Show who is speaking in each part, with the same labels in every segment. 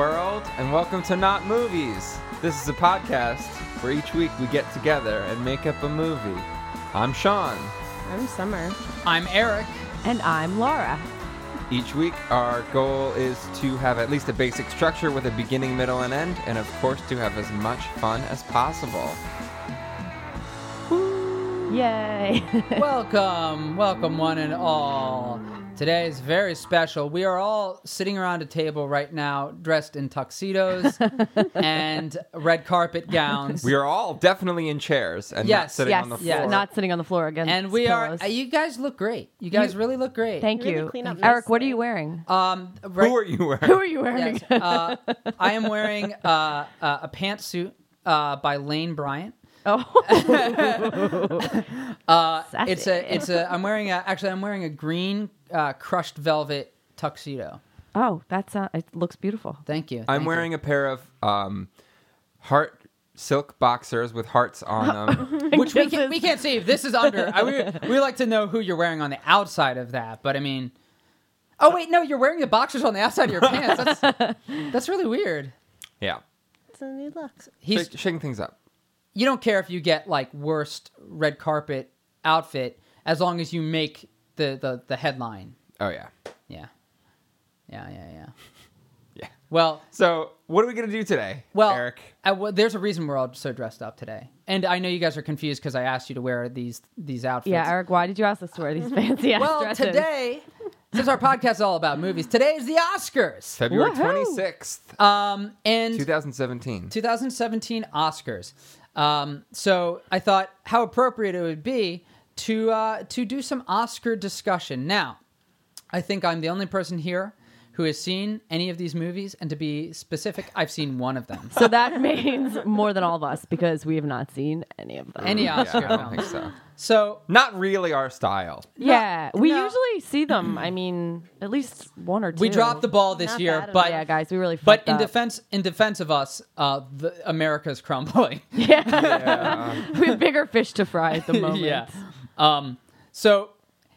Speaker 1: and welcome to Not Movies. This is a podcast where each week we get together and make up a movie. I'm Sean.
Speaker 2: I'm Summer.
Speaker 3: I'm Eric.
Speaker 4: And I'm Laura.
Speaker 1: Each week, our goal is to have at least a basic structure with a beginning, middle, and end, and of course, to have as much fun as possible.
Speaker 4: Yay.
Speaker 3: welcome, welcome, one and all. Today is very special. We are all sitting around a table right now, dressed in tuxedos and red carpet gowns.
Speaker 1: We are all definitely in chairs and not
Speaker 3: Yes,
Speaker 1: sitting
Speaker 4: yes.
Speaker 1: on the floor.
Speaker 3: yes.
Speaker 4: Not sitting on the floor again.
Speaker 3: and we are. uh, You guys look great. You guys really look great.
Speaker 4: Thank
Speaker 2: Really
Speaker 4: you.
Speaker 2: clean up
Speaker 4: Eric, what are
Speaker 2: nicely.
Speaker 4: you wearing?
Speaker 3: Um, right,
Speaker 1: Who are you wearing?
Speaker 4: Who are you wearing?
Speaker 3: yes, uh, I am wearing uh, uh, a pantsuit uh, by Lane Bryant.
Speaker 4: oh.
Speaker 3: Uh, It's a. It's a. I'm wearing a. Actually, I'm wearing a green uh, crushed velvet tuxedo.
Speaker 4: Oh, that's uh, it looks beautiful.
Speaker 3: Thank you.
Speaker 1: I'm
Speaker 3: thank you.
Speaker 1: wearing a pair of um, heart silk boxers with hearts on them.
Speaker 3: Which we
Speaker 4: This
Speaker 3: can't,
Speaker 4: is-
Speaker 3: we can't see. This is under. I, we, we like to know who you're wearing on the outside of that, but I mean, oh wait, no, you're wearing the boxers on the outside of your pants. That's that's really weird.
Speaker 1: yeah,
Speaker 2: It's a new look.
Speaker 3: He's
Speaker 1: Shake- shaking things up.
Speaker 3: you don't care if you get like worst red carpet outfit as long as you make the the, the headline.
Speaker 1: Oh yeah,
Speaker 3: Yeah, yeah, yeah, yeah.
Speaker 1: yeah.
Speaker 3: Well,
Speaker 1: So what are we gonna do today,
Speaker 3: well,
Speaker 1: Eric?
Speaker 3: I, well, there's a reason we're all so dressed up today, and I know you guys are confused because I asked you to wear these these outfits.
Speaker 4: Yeah, Eric, why did you ask us to wear these fancy ass
Speaker 3: Well,
Speaker 4: dresses?
Speaker 3: today, since our podcast is all about movies, today is the Oscars.
Speaker 1: February
Speaker 4: Woohoo!
Speaker 1: twenty sixth,
Speaker 3: Um, and
Speaker 1: 2017.
Speaker 3: 2017 Oscars. Um, so I thought how appropriate it would be to uh, to do some Oscar discussion. Now, I think I'm the only person here who has seen any of these movies, and to be specific, I've seen one of them.
Speaker 4: So that means more than all of us because we have not seen any of them.
Speaker 3: Any
Speaker 1: yeah, I
Speaker 3: Oscar
Speaker 1: don't
Speaker 3: film.
Speaker 1: think so.
Speaker 3: So
Speaker 1: Not really our style.
Speaker 4: yeah, we
Speaker 3: no.
Speaker 4: usually see them. I mean, at least one or two.
Speaker 3: we dropped the ball this
Speaker 2: Not bad
Speaker 3: year,
Speaker 2: at
Speaker 3: but
Speaker 4: Yeah, guys, we really.
Speaker 3: but
Speaker 4: fucked
Speaker 3: in
Speaker 4: up.
Speaker 3: defense in defense of us, uh, the, America's crumbling.
Speaker 4: yeah, we have bigger fish to fry at the moment.
Speaker 3: Yeah. Um, so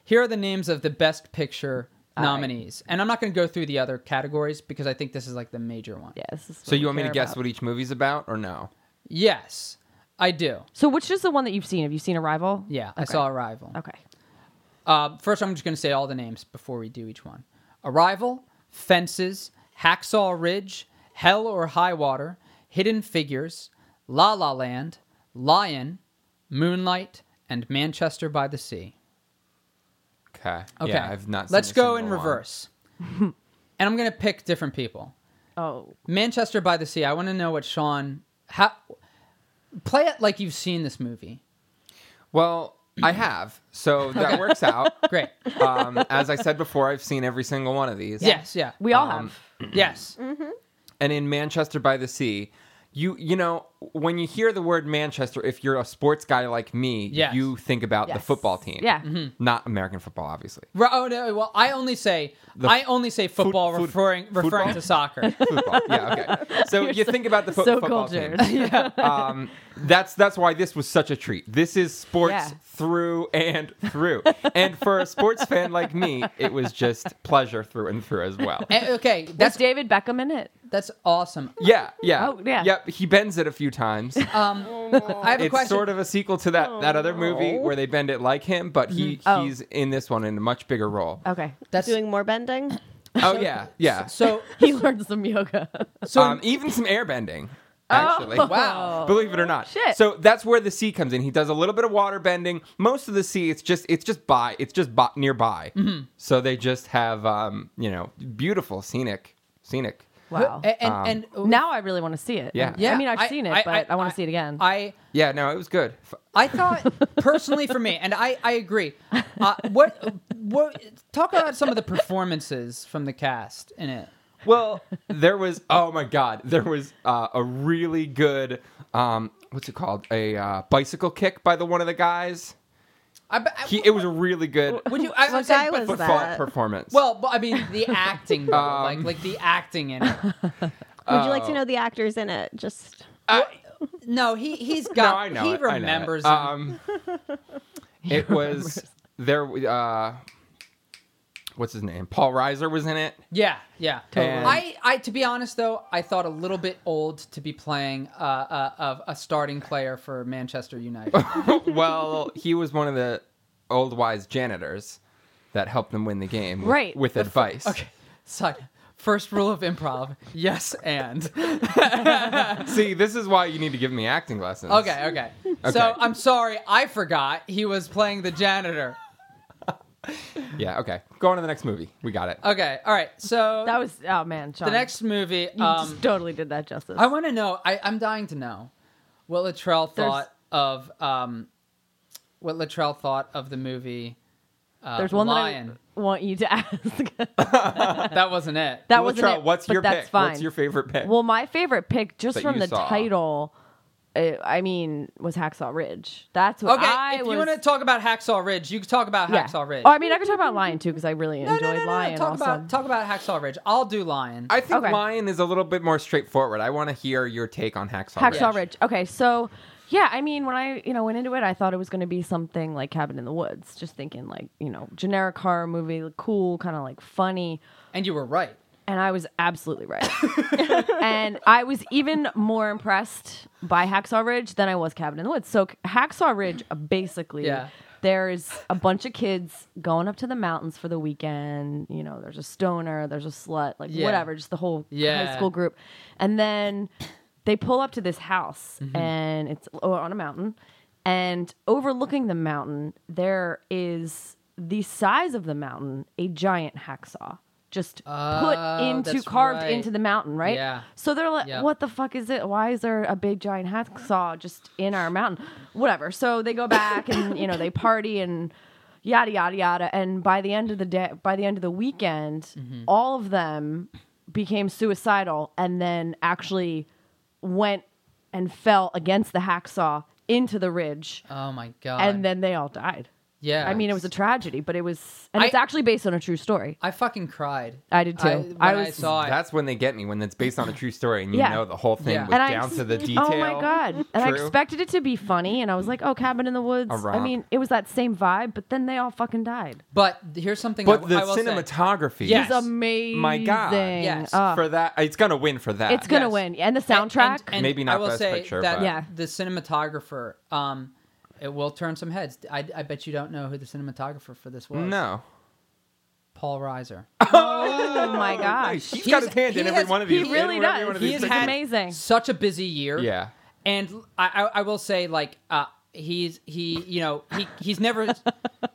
Speaker 3: here are the names of the best picture
Speaker 4: right.
Speaker 3: nominees. And I'm not going to go through the other categories because I think this is like the major one.
Speaker 4: Yeah, this is
Speaker 1: So you want me to guess what each movie's about, or no?
Speaker 3: Yes, I do.
Speaker 4: So which is the one that you've seen? Have you seen Arrival?
Speaker 3: Yeah, I
Speaker 4: Okay.
Speaker 3: saw Arrival.
Speaker 4: Okay.
Speaker 3: Uh, first, I'm just going to say all the names before we do each one Arrival, Fences, Hacksaw Ridge, Hell or High Water, Hidden Figures, La La Land, Lion, Moonlight, and Manchester by the Sea.
Speaker 1: Okay.
Speaker 3: Okay.
Speaker 1: Yeah, I've not. Seen
Speaker 3: Let's
Speaker 1: a
Speaker 3: go in
Speaker 1: single one.
Speaker 3: reverse. and I'm going to pick different people.
Speaker 4: Oh,
Speaker 3: Manchester by the Sea. I want to know what Sean how play it like you've seen this movie.
Speaker 1: Well, I have. So that works out.
Speaker 3: Great.
Speaker 1: Um, as I said before, I've seen every single one of these.
Speaker 3: Yes, yeah.
Speaker 4: we all
Speaker 1: Um,
Speaker 4: have.
Speaker 3: yes.
Speaker 1: and in Manchester by the Sea, you you know when you hear the word Manchester, if you're a sports guy like me,
Speaker 3: Yes.
Speaker 1: you think about the
Speaker 4: Yes.
Speaker 1: football team,
Speaker 4: Yeah.
Speaker 1: not American football, obviously.
Speaker 3: Ro- Oh no, well I only say
Speaker 1: The
Speaker 3: I only say football
Speaker 1: food-
Speaker 3: referring referring
Speaker 1: football?
Speaker 3: to soccer.
Speaker 1: Football, yeah, okay. So you think about the fo-
Speaker 4: so
Speaker 1: football
Speaker 4: cultured.
Speaker 1: team. Um, that's that's why this was such a treat. This is sports
Speaker 4: Yeah.
Speaker 1: through and through, and for a sports fan like me, it was just pleasure through and through as well.
Speaker 3: Eh, okay,
Speaker 4: That's
Speaker 3: that's
Speaker 4: David Beckham in it.
Speaker 3: that's awesome.
Speaker 1: Yeah, yeah,
Speaker 4: Oh, yeah.
Speaker 1: Yep, he bends it a few times.
Speaker 3: Um I have a
Speaker 1: it's
Speaker 3: question.
Speaker 1: sort of a sequel to that that other movie
Speaker 2: no.
Speaker 1: where they bend it like him, but he
Speaker 4: Oh.
Speaker 1: he's in this one in a much bigger role.
Speaker 4: Okay.
Speaker 3: that's
Speaker 2: Doing more bending.
Speaker 1: Oh yeah, yeah.
Speaker 3: so
Speaker 4: He learned some yoga.
Speaker 3: so
Speaker 1: um, even some airbending,
Speaker 4: Oh.
Speaker 1: actually.
Speaker 3: wow.
Speaker 1: Believe it or not.
Speaker 4: Shit.
Speaker 1: So that's where the sea comes in. He does a little bit of water bending. Most of the sea, it's just it's just by it's just by, nearby. So they just have um, you know beautiful scenic scenic.
Speaker 4: Oh, Wow.
Speaker 3: and and,
Speaker 1: Um,
Speaker 3: and
Speaker 4: now I really want to see it.
Speaker 1: Yeah.
Speaker 3: eh, yeah,
Speaker 4: I mean, I've seen it, but I, want to see it again.
Speaker 3: I
Speaker 1: Yeah, no, it was good. F-
Speaker 3: I thought personally for me, and I, I agree. Uh, what what talk about some of the performances from the cast in it?
Speaker 1: Well, there was oh my god, there was uh, a really good um, what's it called? A uh, bicycle kick by the one of the guys.
Speaker 3: I, I-
Speaker 1: He, it was a really good
Speaker 3: would you? I
Speaker 2: What
Speaker 3: would say,
Speaker 2: guy
Speaker 3: but,
Speaker 2: was-
Speaker 1: football
Speaker 2: that?
Speaker 1: performance.
Speaker 3: well, but I mean the acting, though,
Speaker 1: Um,
Speaker 3: like like the acting in it.
Speaker 2: Would you like to know the actors in it? Just
Speaker 3: No, he he's got.
Speaker 1: no, I know
Speaker 3: he
Speaker 1: it, Um, I know it.
Speaker 3: remembers. him.
Speaker 1: Um, it was there. Uh, what's his name? Paul Reiser was in it.
Speaker 3: Yeah, yeah.
Speaker 1: Totally. And-
Speaker 3: I, I, to be honest though, I thought a little bit old to be playing uh, uh, of a starting player for Manchester United.
Speaker 1: well, he was one of the old wise janitors that helped them win the game, with,
Speaker 4: Right.
Speaker 1: With advice.
Speaker 3: okay, so first rule of improv: yes and.
Speaker 1: See, this is why you need to give me acting lessons.
Speaker 3: Okay, okay. So I'm sorry, I forgot he was playing the janitor.
Speaker 1: Yeah. Okay. Go on to the next movie. We got it.
Speaker 3: Okay, all right. So
Speaker 4: That was oh man, Sean.
Speaker 3: the next movie.
Speaker 4: you
Speaker 3: Um,
Speaker 4: just totally did that justice.
Speaker 3: I want to know. I, I'm dying to know what Latrell thought of um, what Latrell thought of the movie. Uh,
Speaker 4: There's one
Speaker 3: Lion.
Speaker 4: that I want you to ask.
Speaker 3: That, wasn't it.
Speaker 4: that
Speaker 1: Well,
Speaker 4: wasn't
Speaker 1: Trout,
Speaker 4: it,
Speaker 1: What's
Speaker 4: but
Speaker 1: your
Speaker 4: that's
Speaker 1: pick?
Speaker 4: Fine.
Speaker 1: What's your favorite pick?
Speaker 4: Well, my favorite pick, just
Speaker 1: That
Speaker 4: from
Speaker 1: you
Speaker 4: the
Speaker 1: saw.
Speaker 4: title, uh, I mean, was Hacksaw Ridge. That's what
Speaker 3: okay,
Speaker 4: I
Speaker 3: if
Speaker 4: was.
Speaker 3: you want to talk about Hacksaw Ridge, you can talk about
Speaker 4: yeah.
Speaker 3: Hacksaw Ridge.
Speaker 4: Oh, I mean, I could talk about Lion too because I really
Speaker 3: no,
Speaker 4: enjoyed
Speaker 3: no, no, no,
Speaker 4: Lion.
Speaker 3: no. Talk
Speaker 4: also.
Speaker 3: about talk about Hacksaw Ridge. I'll do Lion.
Speaker 1: I think
Speaker 4: Okay.
Speaker 1: Lion is a little bit more straightforward. I want to hear your take on Hacksaw.
Speaker 4: Hacksaw Ridge. Okay, so yeah, I mean, when I you know went into it, I thought it was going to be something like Cabin in the Woods, just thinking like you know generic horror movie, like, cool, kind of like funny.
Speaker 3: and you were right.
Speaker 4: And I was absolutely right. and I was even more impressed by Hacksaw Ridge than I was Cabin in the Woods. So Hacksaw Ridge, uh, basically,
Speaker 3: Yeah.
Speaker 4: there's a bunch of kids going up to the mountains for the weekend. You know, there's a stoner, there's a slut, like
Speaker 3: Yeah.
Speaker 4: whatever, just the whole
Speaker 3: Yeah.
Speaker 4: high school group. And then they pull up to this house,
Speaker 3: Mm-hmm.
Speaker 4: and it's oh, on a mountain. And overlooking the mountain, there is the size of the mountain, a giant hacksaw. Just
Speaker 3: Oh,
Speaker 4: put into
Speaker 3: that's
Speaker 4: carved
Speaker 3: right.
Speaker 4: into the mountain, right?
Speaker 3: Yeah.
Speaker 4: So they're like,
Speaker 3: Yeah.
Speaker 4: what the fuck is it? Why is there a big giant hacksaw just in our mountain? Whatever. So they go back and you know they party and yada yada yada. And by the end of the day, by the end of the weekend,
Speaker 3: Mm-hmm.
Speaker 4: all of them became suicidal and then actually went and fell against the hacksaw into the ridge,
Speaker 3: Oh my god.
Speaker 4: and then they all died.
Speaker 3: yeah.
Speaker 4: I mean, it was a tragedy, but it was, and
Speaker 3: I-
Speaker 4: it's actually based on a true story.
Speaker 3: I fucking cried.
Speaker 4: I did too.
Speaker 3: I, when
Speaker 4: I
Speaker 3: I,
Speaker 4: was-
Speaker 3: saw it.
Speaker 1: That's when they get me when it's based on a true story and you
Speaker 4: Yeah.
Speaker 1: know the whole thing
Speaker 3: Yeah.
Speaker 1: was
Speaker 4: And I
Speaker 1: down
Speaker 4: ex-
Speaker 1: to the detail.
Speaker 4: Oh my god! And I
Speaker 1: True.
Speaker 4: expected it to be funny, and I was like, "Oh, Cabin in the Woods."
Speaker 1: A romp.
Speaker 4: I mean, it was that same vibe, but then they all fucking died.
Speaker 3: But here's something. I,
Speaker 1: But the
Speaker 3: I will say.
Speaker 1: cinematography
Speaker 3: Yes.
Speaker 4: It's amazing.
Speaker 1: My God.
Speaker 3: Yes.
Speaker 4: Oh,
Speaker 1: for that, it's gonna win for that.
Speaker 4: it's gonna
Speaker 3: Yes.
Speaker 4: win, and the
Speaker 3: And-
Speaker 4: soundtrack.
Speaker 3: and- and
Speaker 1: Maybe not
Speaker 3: I will
Speaker 1: Best
Speaker 3: say
Speaker 1: Picture,
Speaker 3: that
Speaker 1: but-
Speaker 4: Yeah.
Speaker 3: the cinematographer. Um, it will turn some heads. I, I bet you don't know who the cinematographer for this was.
Speaker 1: no.
Speaker 3: Paul Reiser.
Speaker 4: oh my gosh,
Speaker 1: He's got his hand in
Speaker 3: he
Speaker 1: every
Speaker 3: has-
Speaker 1: one of
Speaker 4: he
Speaker 1: these. in
Speaker 4: really
Speaker 1: every one
Speaker 4: does.
Speaker 1: of
Speaker 4: He
Speaker 1: these
Speaker 4: is
Speaker 1: pictures.
Speaker 4: had- amazing.
Speaker 3: Such a busy year.
Speaker 1: Yeah.
Speaker 3: and I, I, I will say like uh, he's he you know he he's never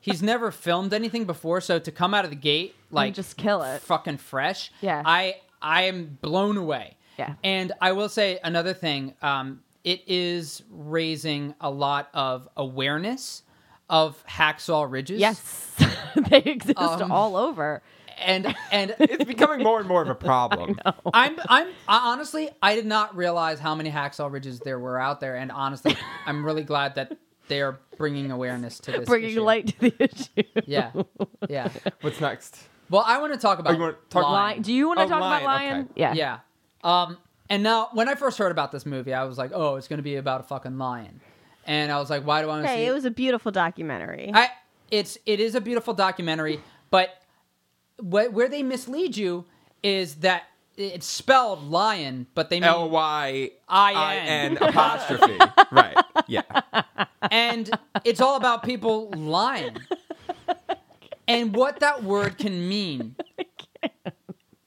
Speaker 3: he's never filmed anything before, so to come out of the gate like
Speaker 4: just kill it.
Speaker 3: fucking fresh.
Speaker 4: Yeah.
Speaker 3: I I am blown away.
Speaker 4: Yeah.
Speaker 3: and I will say another thing. Um, it is raising a lot of awareness of hacksaw ridges.
Speaker 4: yes, they exist
Speaker 3: Um,
Speaker 4: all over.
Speaker 3: and and
Speaker 1: It's becoming more and more of a problem.
Speaker 3: I'm I'm I, honestly I did not realize how many hacksaw ridges there were out there, and honestly, I'm really glad that they are bringing awareness to this.
Speaker 4: Bringing
Speaker 3: issue.
Speaker 4: light to the issue.
Speaker 3: Yeah, yeah.
Speaker 1: What's next?
Speaker 3: Well, I want to talk about
Speaker 1: you wanna talk-
Speaker 3: Lion.
Speaker 4: Lion. Do you want to
Speaker 1: Oh,
Speaker 4: talk about
Speaker 1: Lion,
Speaker 4: Lion?
Speaker 1: okay.
Speaker 4: Yeah.
Speaker 3: yeah. Um, and now when I first heard about this movie, I was like, oh, it's going to be about a fucking lion, and I was like, why do I want to see?
Speaker 2: Hey, it was a beautiful documentary.
Speaker 3: I it's it is a beautiful documentary, but wh- where they mislead you is that it's spelled lion, but they mean
Speaker 1: L Y I N
Speaker 3: I-N.
Speaker 1: apostrophe. Right. Yeah.
Speaker 3: and it's all about people lying and what that word can mean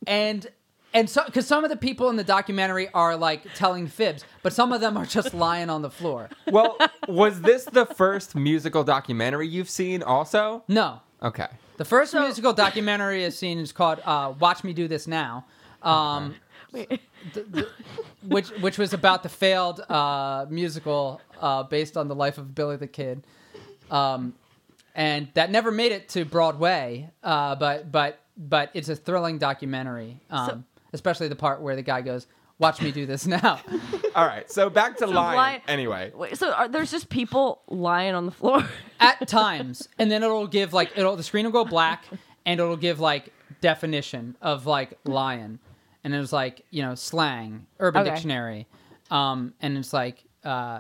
Speaker 3: and and so because some of the people in the documentary are like telling fibs but some of them are just lying on the floor
Speaker 1: Well, was this the first musical documentary you've seen? Also,
Speaker 3: no
Speaker 1: okay.
Speaker 3: the first musical documentary i've seen is called uh, watch me do this now um,
Speaker 4: Wait.
Speaker 3: th- th- which which was about the failed uh, musical uh, based on the life of Billy the Kid, um, and that never made it to Broadway. Uh, but but but it's a thrilling documentary, um, especially the part where the guy goes, "Watch me do this now."
Speaker 1: All right. So back to Lion.
Speaker 4: Lion-
Speaker 1: Anyway,
Speaker 4: Wait, so are, there's just people lying on the floor.
Speaker 3: at times, and then it'll give like it'll the screen will go black, and it'll give like definition of like lion, and it was like you know slang, Urban
Speaker 4: Okay.
Speaker 3: Dictionary, um, and it's like uh,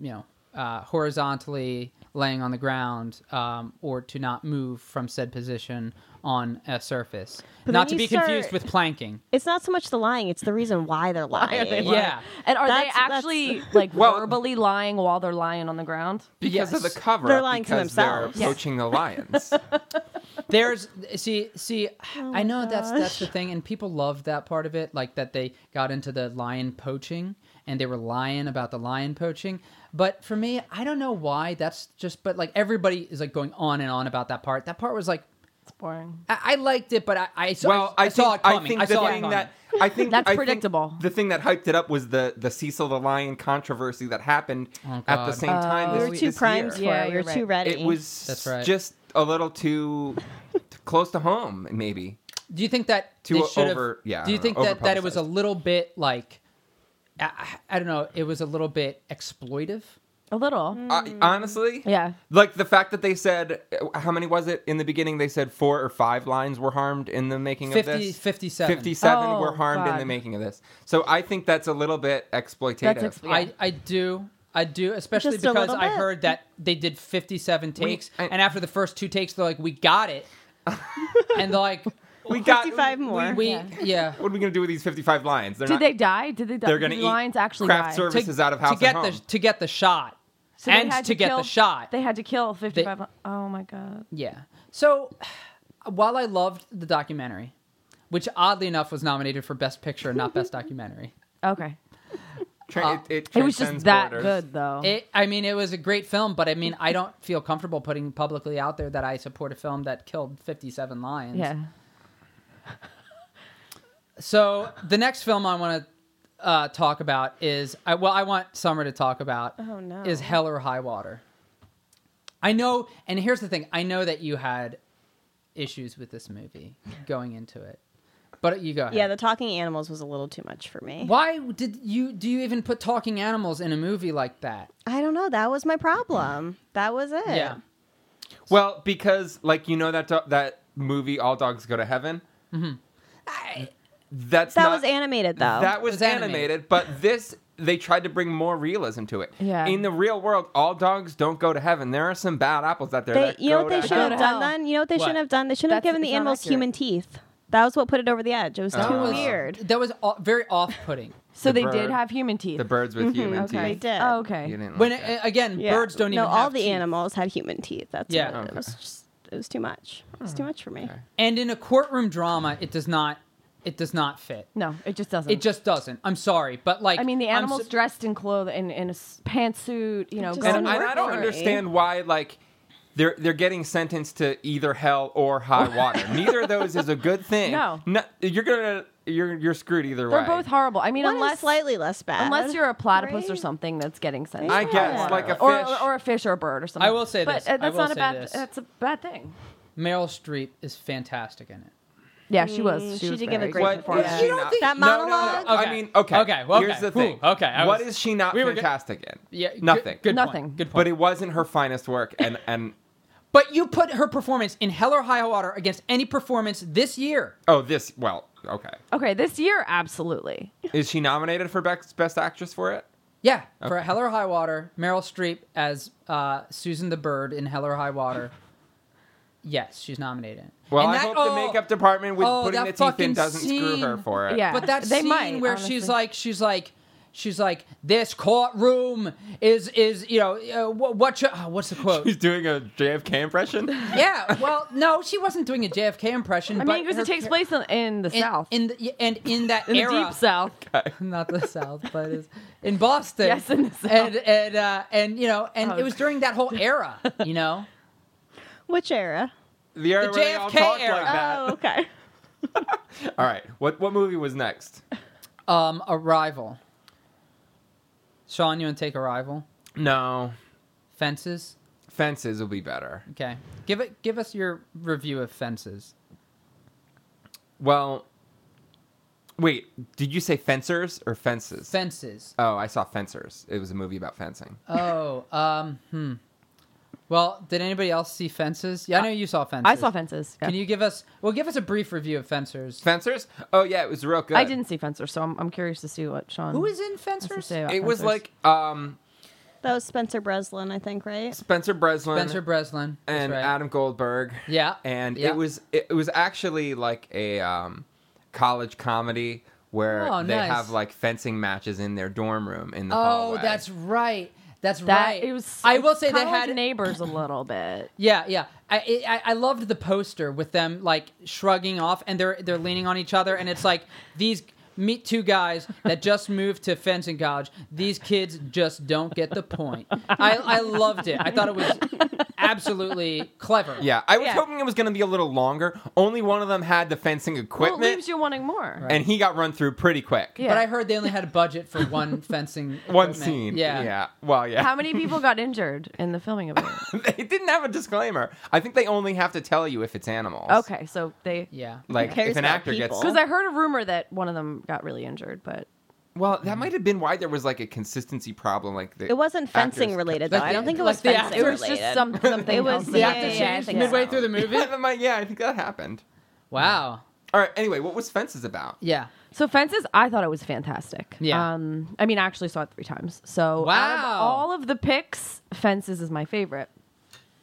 Speaker 3: you know uh, horizontally laying on the ground um, or to not move from said position on a surface.
Speaker 2: But
Speaker 3: not to
Speaker 2: then
Speaker 3: be
Speaker 2: you start-
Speaker 3: confused with planking.
Speaker 2: It's not so much the lying; it's the reason why they're lying.
Speaker 4: are they lying?
Speaker 3: Yeah.
Speaker 4: And are
Speaker 2: That's-
Speaker 4: they
Speaker 2: that's-
Speaker 4: actually like
Speaker 1: Well-
Speaker 4: verbally lying while they're lying on the ground?
Speaker 1: because of the
Speaker 3: Yes.
Speaker 1: cover.
Speaker 2: They're lying to
Speaker 1: because
Speaker 2: themselves.
Speaker 1: They're
Speaker 2: Yes.
Speaker 1: poaching the lions.
Speaker 3: There's see see I know that's that's
Speaker 2: gosh.
Speaker 3: the thing and people love that part of it like that they got into the lion poaching and they were lying about the lion poaching but for me I don't know why that's just but like everybody is like going on and on about that part that part was like
Speaker 4: It's boring.
Speaker 3: I, I liked it but I I saw,
Speaker 1: well,
Speaker 3: I,
Speaker 1: I,
Speaker 3: saw
Speaker 1: think,
Speaker 3: it coming
Speaker 1: I think
Speaker 3: I
Speaker 1: the
Speaker 3: saw it
Speaker 1: thing
Speaker 3: coming.
Speaker 1: that I think
Speaker 4: That's
Speaker 1: I think
Speaker 4: predictable.
Speaker 1: the thing that hyped it up was the the Cecil the Lion controversy that happened
Speaker 3: Oh,
Speaker 1: at the
Speaker 3: God.
Speaker 1: same time
Speaker 2: We
Speaker 1: Oh, this,
Speaker 2: were too
Speaker 1: this
Speaker 2: primed
Speaker 1: year.
Speaker 4: Yeah,
Speaker 2: for it. We
Speaker 4: you're
Speaker 2: were too ready.
Speaker 1: It was
Speaker 3: That's right.
Speaker 1: just a little too close to home, maybe.
Speaker 3: Do you think that
Speaker 1: Too
Speaker 3: they should have-
Speaker 1: over- yeah, I
Speaker 3: Do you
Speaker 1: don't
Speaker 3: think
Speaker 1: know,
Speaker 3: that that it was a
Speaker 1: overpublicized.
Speaker 3: little bit like I, I I don't know. It was a little bit exploitive.
Speaker 4: A little.
Speaker 2: Mm.
Speaker 1: I, honestly,
Speaker 4: Yeah.
Speaker 1: Like the fact that they said uh, how many was it in the beginning? They said four or five lines were harmed in the making of
Speaker 3: 50,
Speaker 1: this.
Speaker 3: 57.
Speaker 1: 57
Speaker 4: Oh,
Speaker 1: were harmed in
Speaker 4: God.
Speaker 1: the making of this. So I think that's a little bit exploitative.
Speaker 4: That's explo-
Speaker 3: I I do. I do, especially
Speaker 2: Just a
Speaker 3: because
Speaker 2: little
Speaker 3: I
Speaker 2: bit.
Speaker 3: heard that they did 57 takes,
Speaker 1: I-
Speaker 3: and after the first two takes, they're like, "We got it," and they're like,
Speaker 1: we got
Speaker 2: 55 more.
Speaker 3: "We,
Speaker 4: Yeah.
Speaker 3: yeah."
Speaker 1: What are we going to do with these 55 lines? They're
Speaker 4: Did
Speaker 1: not,
Speaker 4: they die? Did they die?
Speaker 1: They're gonna
Speaker 4: Did
Speaker 1: eat
Speaker 4: the lions actually
Speaker 1: craft
Speaker 4: die?
Speaker 1: service- This is out of house
Speaker 3: to
Speaker 1: and
Speaker 3: get
Speaker 1: home.
Speaker 3: the to get the shot,
Speaker 4: So they
Speaker 3: and
Speaker 4: had
Speaker 3: to, get
Speaker 4: kill-
Speaker 3: the shot.
Speaker 4: They had to kill 55. li- oh my god.
Speaker 3: Yeah. So while I loved the documentary, which oddly enough was nominated for Best Picture and not Best Documentary,
Speaker 4: Okay.
Speaker 1: tra-
Speaker 3: uh,
Speaker 1: it, it,
Speaker 4: Oh. It was
Speaker 1: transcends
Speaker 4: just that
Speaker 1: borders.
Speaker 4: good though.
Speaker 3: it, I mean, it was a great film, but I mean, I don't feel comfortable putting publicly out there that I support a film that killed 57 lions.
Speaker 4: yeah.
Speaker 3: So the next film I want to uh, talk about is, I, well, I want Summer to talk about
Speaker 2: Oh, no.
Speaker 3: is Hell or High Water. I know, and here's the thing I know that you had issues with this movie going into it, but you go ahead.
Speaker 2: yeah, the talking animals was a little too much for me.
Speaker 3: Why did you do you even put talking animals in a movie like that?
Speaker 2: I don't know. That was my problem. That was it.
Speaker 3: Yeah.
Speaker 1: Well, because like you know that do- that movie All Dogs Go to Heaven. Mm-hmm. That's
Speaker 2: That
Speaker 1: not-
Speaker 2: was animated though.
Speaker 1: That was,
Speaker 3: was
Speaker 1: animated,
Speaker 3: animated.
Speaker 1: but this they tried to bring more realism to it.
Speaker 4: Yeah.
Speaker 1: In the real world, all dogs don't go to heaven. There are some bad apples out there.
Speaker 2: they,
Speaker 1: that
Speaker 2: you know
Speaker 1: go
Speaker 2: what they
Speaker 1: to
Speaker 2: should
Speaker 1: hell.
Speaker 4: should've-
Speaker 2: have
Speaker 4: hell.
Speaker 2: done then? You know what they
Speaker 3: What?
Speaker 2: should have done? They should have
Speaker 4: That's-
Speaker 2: given the
Speaker 4: it's not
Speaker 2: animals
Speaker 4: accurate.
Speaker 2: human teeth. That was what put it over the edge. It was too
Speaker 1: That
Speaker 3: Oh.
Speaker 1: was-
Speaker 2: weird.
Speaker 3: That was au- very off-putting.
Speaker 4: So
Speaker 1: The
Speaker 4: they did
Speaker 1: bird-
Speaker 4: have human teeth.
Speaker 1: The birds with human
Speaker 4: Mm-hmm, okay.
Speaker 2: They
Speaker 1: teeth.
Speaker 2: did.
Speaker 4: Oh,
Speaker 1: You
Speaker 4: okay.
Speaker 1: didn't
Speaker 3: When
Speaker 1: like
Speaker 3: uh,
Speaker 1: that.
Speaker 3: again,
Speaker 2: Yeah.
Speaker 3: birds don't even
Speaker 2: No, all
Speaker 3: have
Speaker 2: the
Speaker 3: teeth.
Speaker 2: animals had human teeth. That's
Speaker 3: Yeah.
Speaker 2: yeah. it,
Speaker 1: Okay.
Speaker 2: was just it was too much. It was too much for me.
Speaker 3: And in a courtroom drama, it does not it does not fit.
Speaker 4: No, it just doesn't.
Speaker 3: It just doesn't. I'm sorry, but like
Speaker 4: I mean, the
Speaker 3: I'm
Speaker 4: animals
Speaker 3: so-
Speaker 4: dressed in clothes in, in a s- pantsuit, you know,
Speaker 2: Just
Speaker 4: going
Speaker 1: And,
Speaker 4: to
Speaker 1: I-
Speaker 4: work.
Speaker 1: I don't
Speaker 2: Sorry.
Speaker 1: understand why like they're they're getting sentenced to either hell or high water. Neither of those is a good thing.
Speaker 4: No.
Speaker 1: you're gonna you're you're screwed either
Speaker 4: They're
Speaker 1: way.
Speaker 4: both horrible. I mean,
Speaker 2: One is
Speaker 4: unless
Speaker 2: slightly less bad.
Speaker 4: unless you're a platypus or
Speaker 2: Right?
Speaker 4: something that's getting sent.
Speaker 1: I
Speaker 4: to
Speaker 1: guess,
Speaker 4: water.
Speaker 1: like a
Speaker 4: Or,
Speaker 1: fish.
Speaker 4: or, or a fish or a bird or something.
Speaker 3: I will say
Speaker 4: but
Speaker 3: this.
Speaker 4: uh,
Speaker 3: I
Speaker 4: that's
Speaker 3: will
Speaker 4: not a
Speaker 3: say
Speaker 4: bad.
Speaker 3: this.
Speaker 4: That's a bad thing.
Speaker 3: Meryl Streep is fantastic in it.
Speaker 4: Yeah, she was. She,
Speaker 2: Mm, she
Speaker 4: was
Speaker 2: did give a
Speaker 4: very
Speaker 2: great
Speaker 4: good.
Speaker 1: What
Speaker 2: performance.
Speaker 1: is
Speaker 2: Yeah.
Speaker 1: she
Speaker 2: You don't
Speaker 1: not-
Speaker 2: think- That
Speaker 1: No, no, no.
Speaker 2: monologue?
Speaker 1: I mean, okay.
Speaker 3: Okay, well,
Speaker 1: Here's
Speaker 3: okay.
Speaker 1: the thing.
Speaker 3: Ooh, okay, I
Speaker 1: What
Speaker 3: was-
Speaker 1: is she not
Speaker 3: we were good-
Speaker 1: fantastic in?
Speaker 3: Yeah, good-
Speaker 1: Nothing.
Speaker 3: Good, point,
Speaker 4: Nothing.
Speaker 3: Good point.
Speaker 1: But it wasn't her finest work, and and
Speaker 3: But, you put her performance in Hell or High Water against any performance this year.
Speaker 1: oh, this well, okay.
Speaker 4: Okay, this year, absolutely.
Speaker 1: Is she nominated for best best actress for it?
Speaker 3: Yeah, for Hell or High Water, Meryl Streep as uh, Susan the Bird in Hell or High Water. Yes, she's nominated.
Speaker 1: Well,
Speaker 3: And
Speaker 1: I
Speaker 3: that-
Speaker 1: hope
Speaker 3: oh,
Speaker 1: the makeup department with
Speaker 3: oh,
Speaker 1: putting
Speaker 3: that
Speaker 1: the teeth in
Speaker 3: fucking
Speaker 1: doesn't screw her
Speaker 3: scene.
Speaker 1: for it.
Speaker 4: Yeah.
Speaker 3: But that
Speaker 4: They
Speaker 3: scene
Speaker 4: might,
Speaker 3: where she's
Speaker 4: honestly.
Speaker 3: like, she's like, she's like, this courtroom is is you know uh, what, what you, oh, what's the quote?
Speaker 1: He's doing a JFK impression.
Speaker 3: yeah, well, no, she wasn't doing a JFK impression.
Speaker 4: I
Speaker 3: but
Speaker 4: mean, because
Speaker 3: her
Speaker 4: it takes
Speaker 3: char-
Speaker 4: place in, in the
Speaker 3: in,
Speaker 4: south,
Speaker 3: in the, and in that
Speaker 4: in the
Speaker 3: era,
Speaker 4: deep south.
Speaker 3: not the South, but it's in Boston.
Speaker 4: Yes, in the South.
Speaker 3: And and uh, and you know, and
Speaker 4: Oh.
Speaker 3: it was during that whole era, you know.
Speaker 2: Which era?
Speaker 1: The, era
Speaker 3: The
Speaker 1: where they all
Speaker 3: JFK
Speaker 1: talked
Speaker 3: era.
Speaker 1: like that.
Speaker 2: Oh, okay.
Speaker 3: Oh.
Speaker 1: All right, what what movie was next?
Speaker 3: Um, Arrival. Sean, you want to take Arrival?
Speaker 1: No,
Speaker 3: Fences.
Speaker 1: Fences will be better.
Speaker 3: Okay, give it. Give us your review of Fences.
Speaker 1: Well, wait, did you say fencers or fences?
Speaker 3: Fences.
Speaker 1: oh, I saw fencers. It was a movie about fencing.
Speaker 3: Oh, um, hmm. Well, did anybody else see Fences? Yeah, I know you saw
Speaker 4: Uh,
Speaker 3: Fences.
Speaker 4: I saw fences. yeah.
Speaker 3: Can you give us? Well, give us a brief review of Fencers.
Speaker 1: Fencers? Oh yeah, it was real good.
Speaker 3: Um,
Speaker 4: I didn't see fences, so I'm, I'm curious to see what Sean.
Speaker 3: uh, Who is in
Speaker 4: has to
Speaker 3: Fencers?
Speaker 4: say about
Speaker 1: It was
Speaker 4: Fencers.
Speaker 1: like um
Speaker 2: That was Spencer Breslin, I think, right?
Speaker 1: Spencer Breslin
Speaker 3: Spencer Breslin. that's
Speaker 1: and
Speaker 3: right.
Speaker 1: Adam Goldberg.
Speaker 3: Yeah.
Speaker 1: and
Speaker 3: yeah.
Speaker 1: it was it, it was actually like a um, college comedy where
Speaker 3: Oh,
Speaker 1: they
Speaker 3: nice.
Speaker 1: have like fencing matches in their dorm room in the
Speaker 3: Oh,
Speaker 1: hallway.
Speaker 3: that's right. That's
Speaker 4: That
Speaker 3: right.
Speaker 4: it was.
Speaker 3: I will
Speaker 4: it's
Speaker 3: say they
Speaker 4: kinda like
Speaker 3: had
Speaker 4: neighbors a little bit.
Speaker 3: Yeah, yeah. I, it- I I loved the poster with them like shrugging off, and they're they're leaning on each other, and it's like these meet two guys that just moved to fencing college. These kids just don't get the point. I I loved it. I thought it was absolutely clever.
Speaker 1: yeah. I was
Speaker 4: Yeah.
Speaker 1: hoping it was going to be a little longer. Only one of them had the fencing
Speaker 4: Well, it
Speaker 1: equipment,
Speaker 4: leaves you wanting more.
Speaker 1: and he got run through pretty quick.
Speaker 4: Yeah.
Speaker 3: But I heard they only had a budget for one fencing
Speaker 1: One
Speaker 3: equipment.
Speaker 1: scene.
Speaker 3: Yeah.
Speaker 1: Yeah. Well, yeah.
Speaker 4: How many people got injured in the filming of it?
Speaker 1: they didn't have a disclaimer. I think they only have to tell you if it's animals.
Speaker 4: okay, so they.
Speaker 3: Yeah.
Speaker 1: Like
Speaker 2: Who cares
Speaker 1: if an
Speaker 2: about
Speaker 1: actor
Speaker 2: people?
Speaker 1: gets
Speaker 4: Because I heard a rumor that one of them got really injured, but
Speaker 1: well, that might have been why there was like a consistency problem. Like the
Speaker 2: It wasn't fencing
Speaker 1: actors-
Speaker 2: related, though.
Speaker 3: Like
Speaker 2: I
Speaker 3: the-
Speaker 2: don't think it
Speaker 3: like
Speaker 2: was
Speaker 3: the
Speaker 2: fencing
Speaker 3: actors
Speaker 4: it was
Speaker 2: related.
Speaker 4: just some, something.
Speaker 2: It was-
Speaker 4: else
Speaker 3: The
Speaker 2: Yeah,
Speaker 4: that-
Speaker 3: actor
Speaker 2: yeah, yeah, I
Speaker 3: changed
Speaker 2: think
Speaker 3: midway
Speaker 2: so.
Speaker 3: through the movie.
Speaker 1: That might- yeah, I think that happened.
Speaker 3: Wow.
Speaker 1: All right. Anyway, what was Fences about?
Speaker 3: Yeah.
Speaker 4: So fences, I thought it was fantastic.
Speaker 3: Yeah.
Speaker 4: Um, I mean, I actually saw it three times. So out of
Speaker 3: Wow.
Speaker 4: all of the picks, fences is my favorite.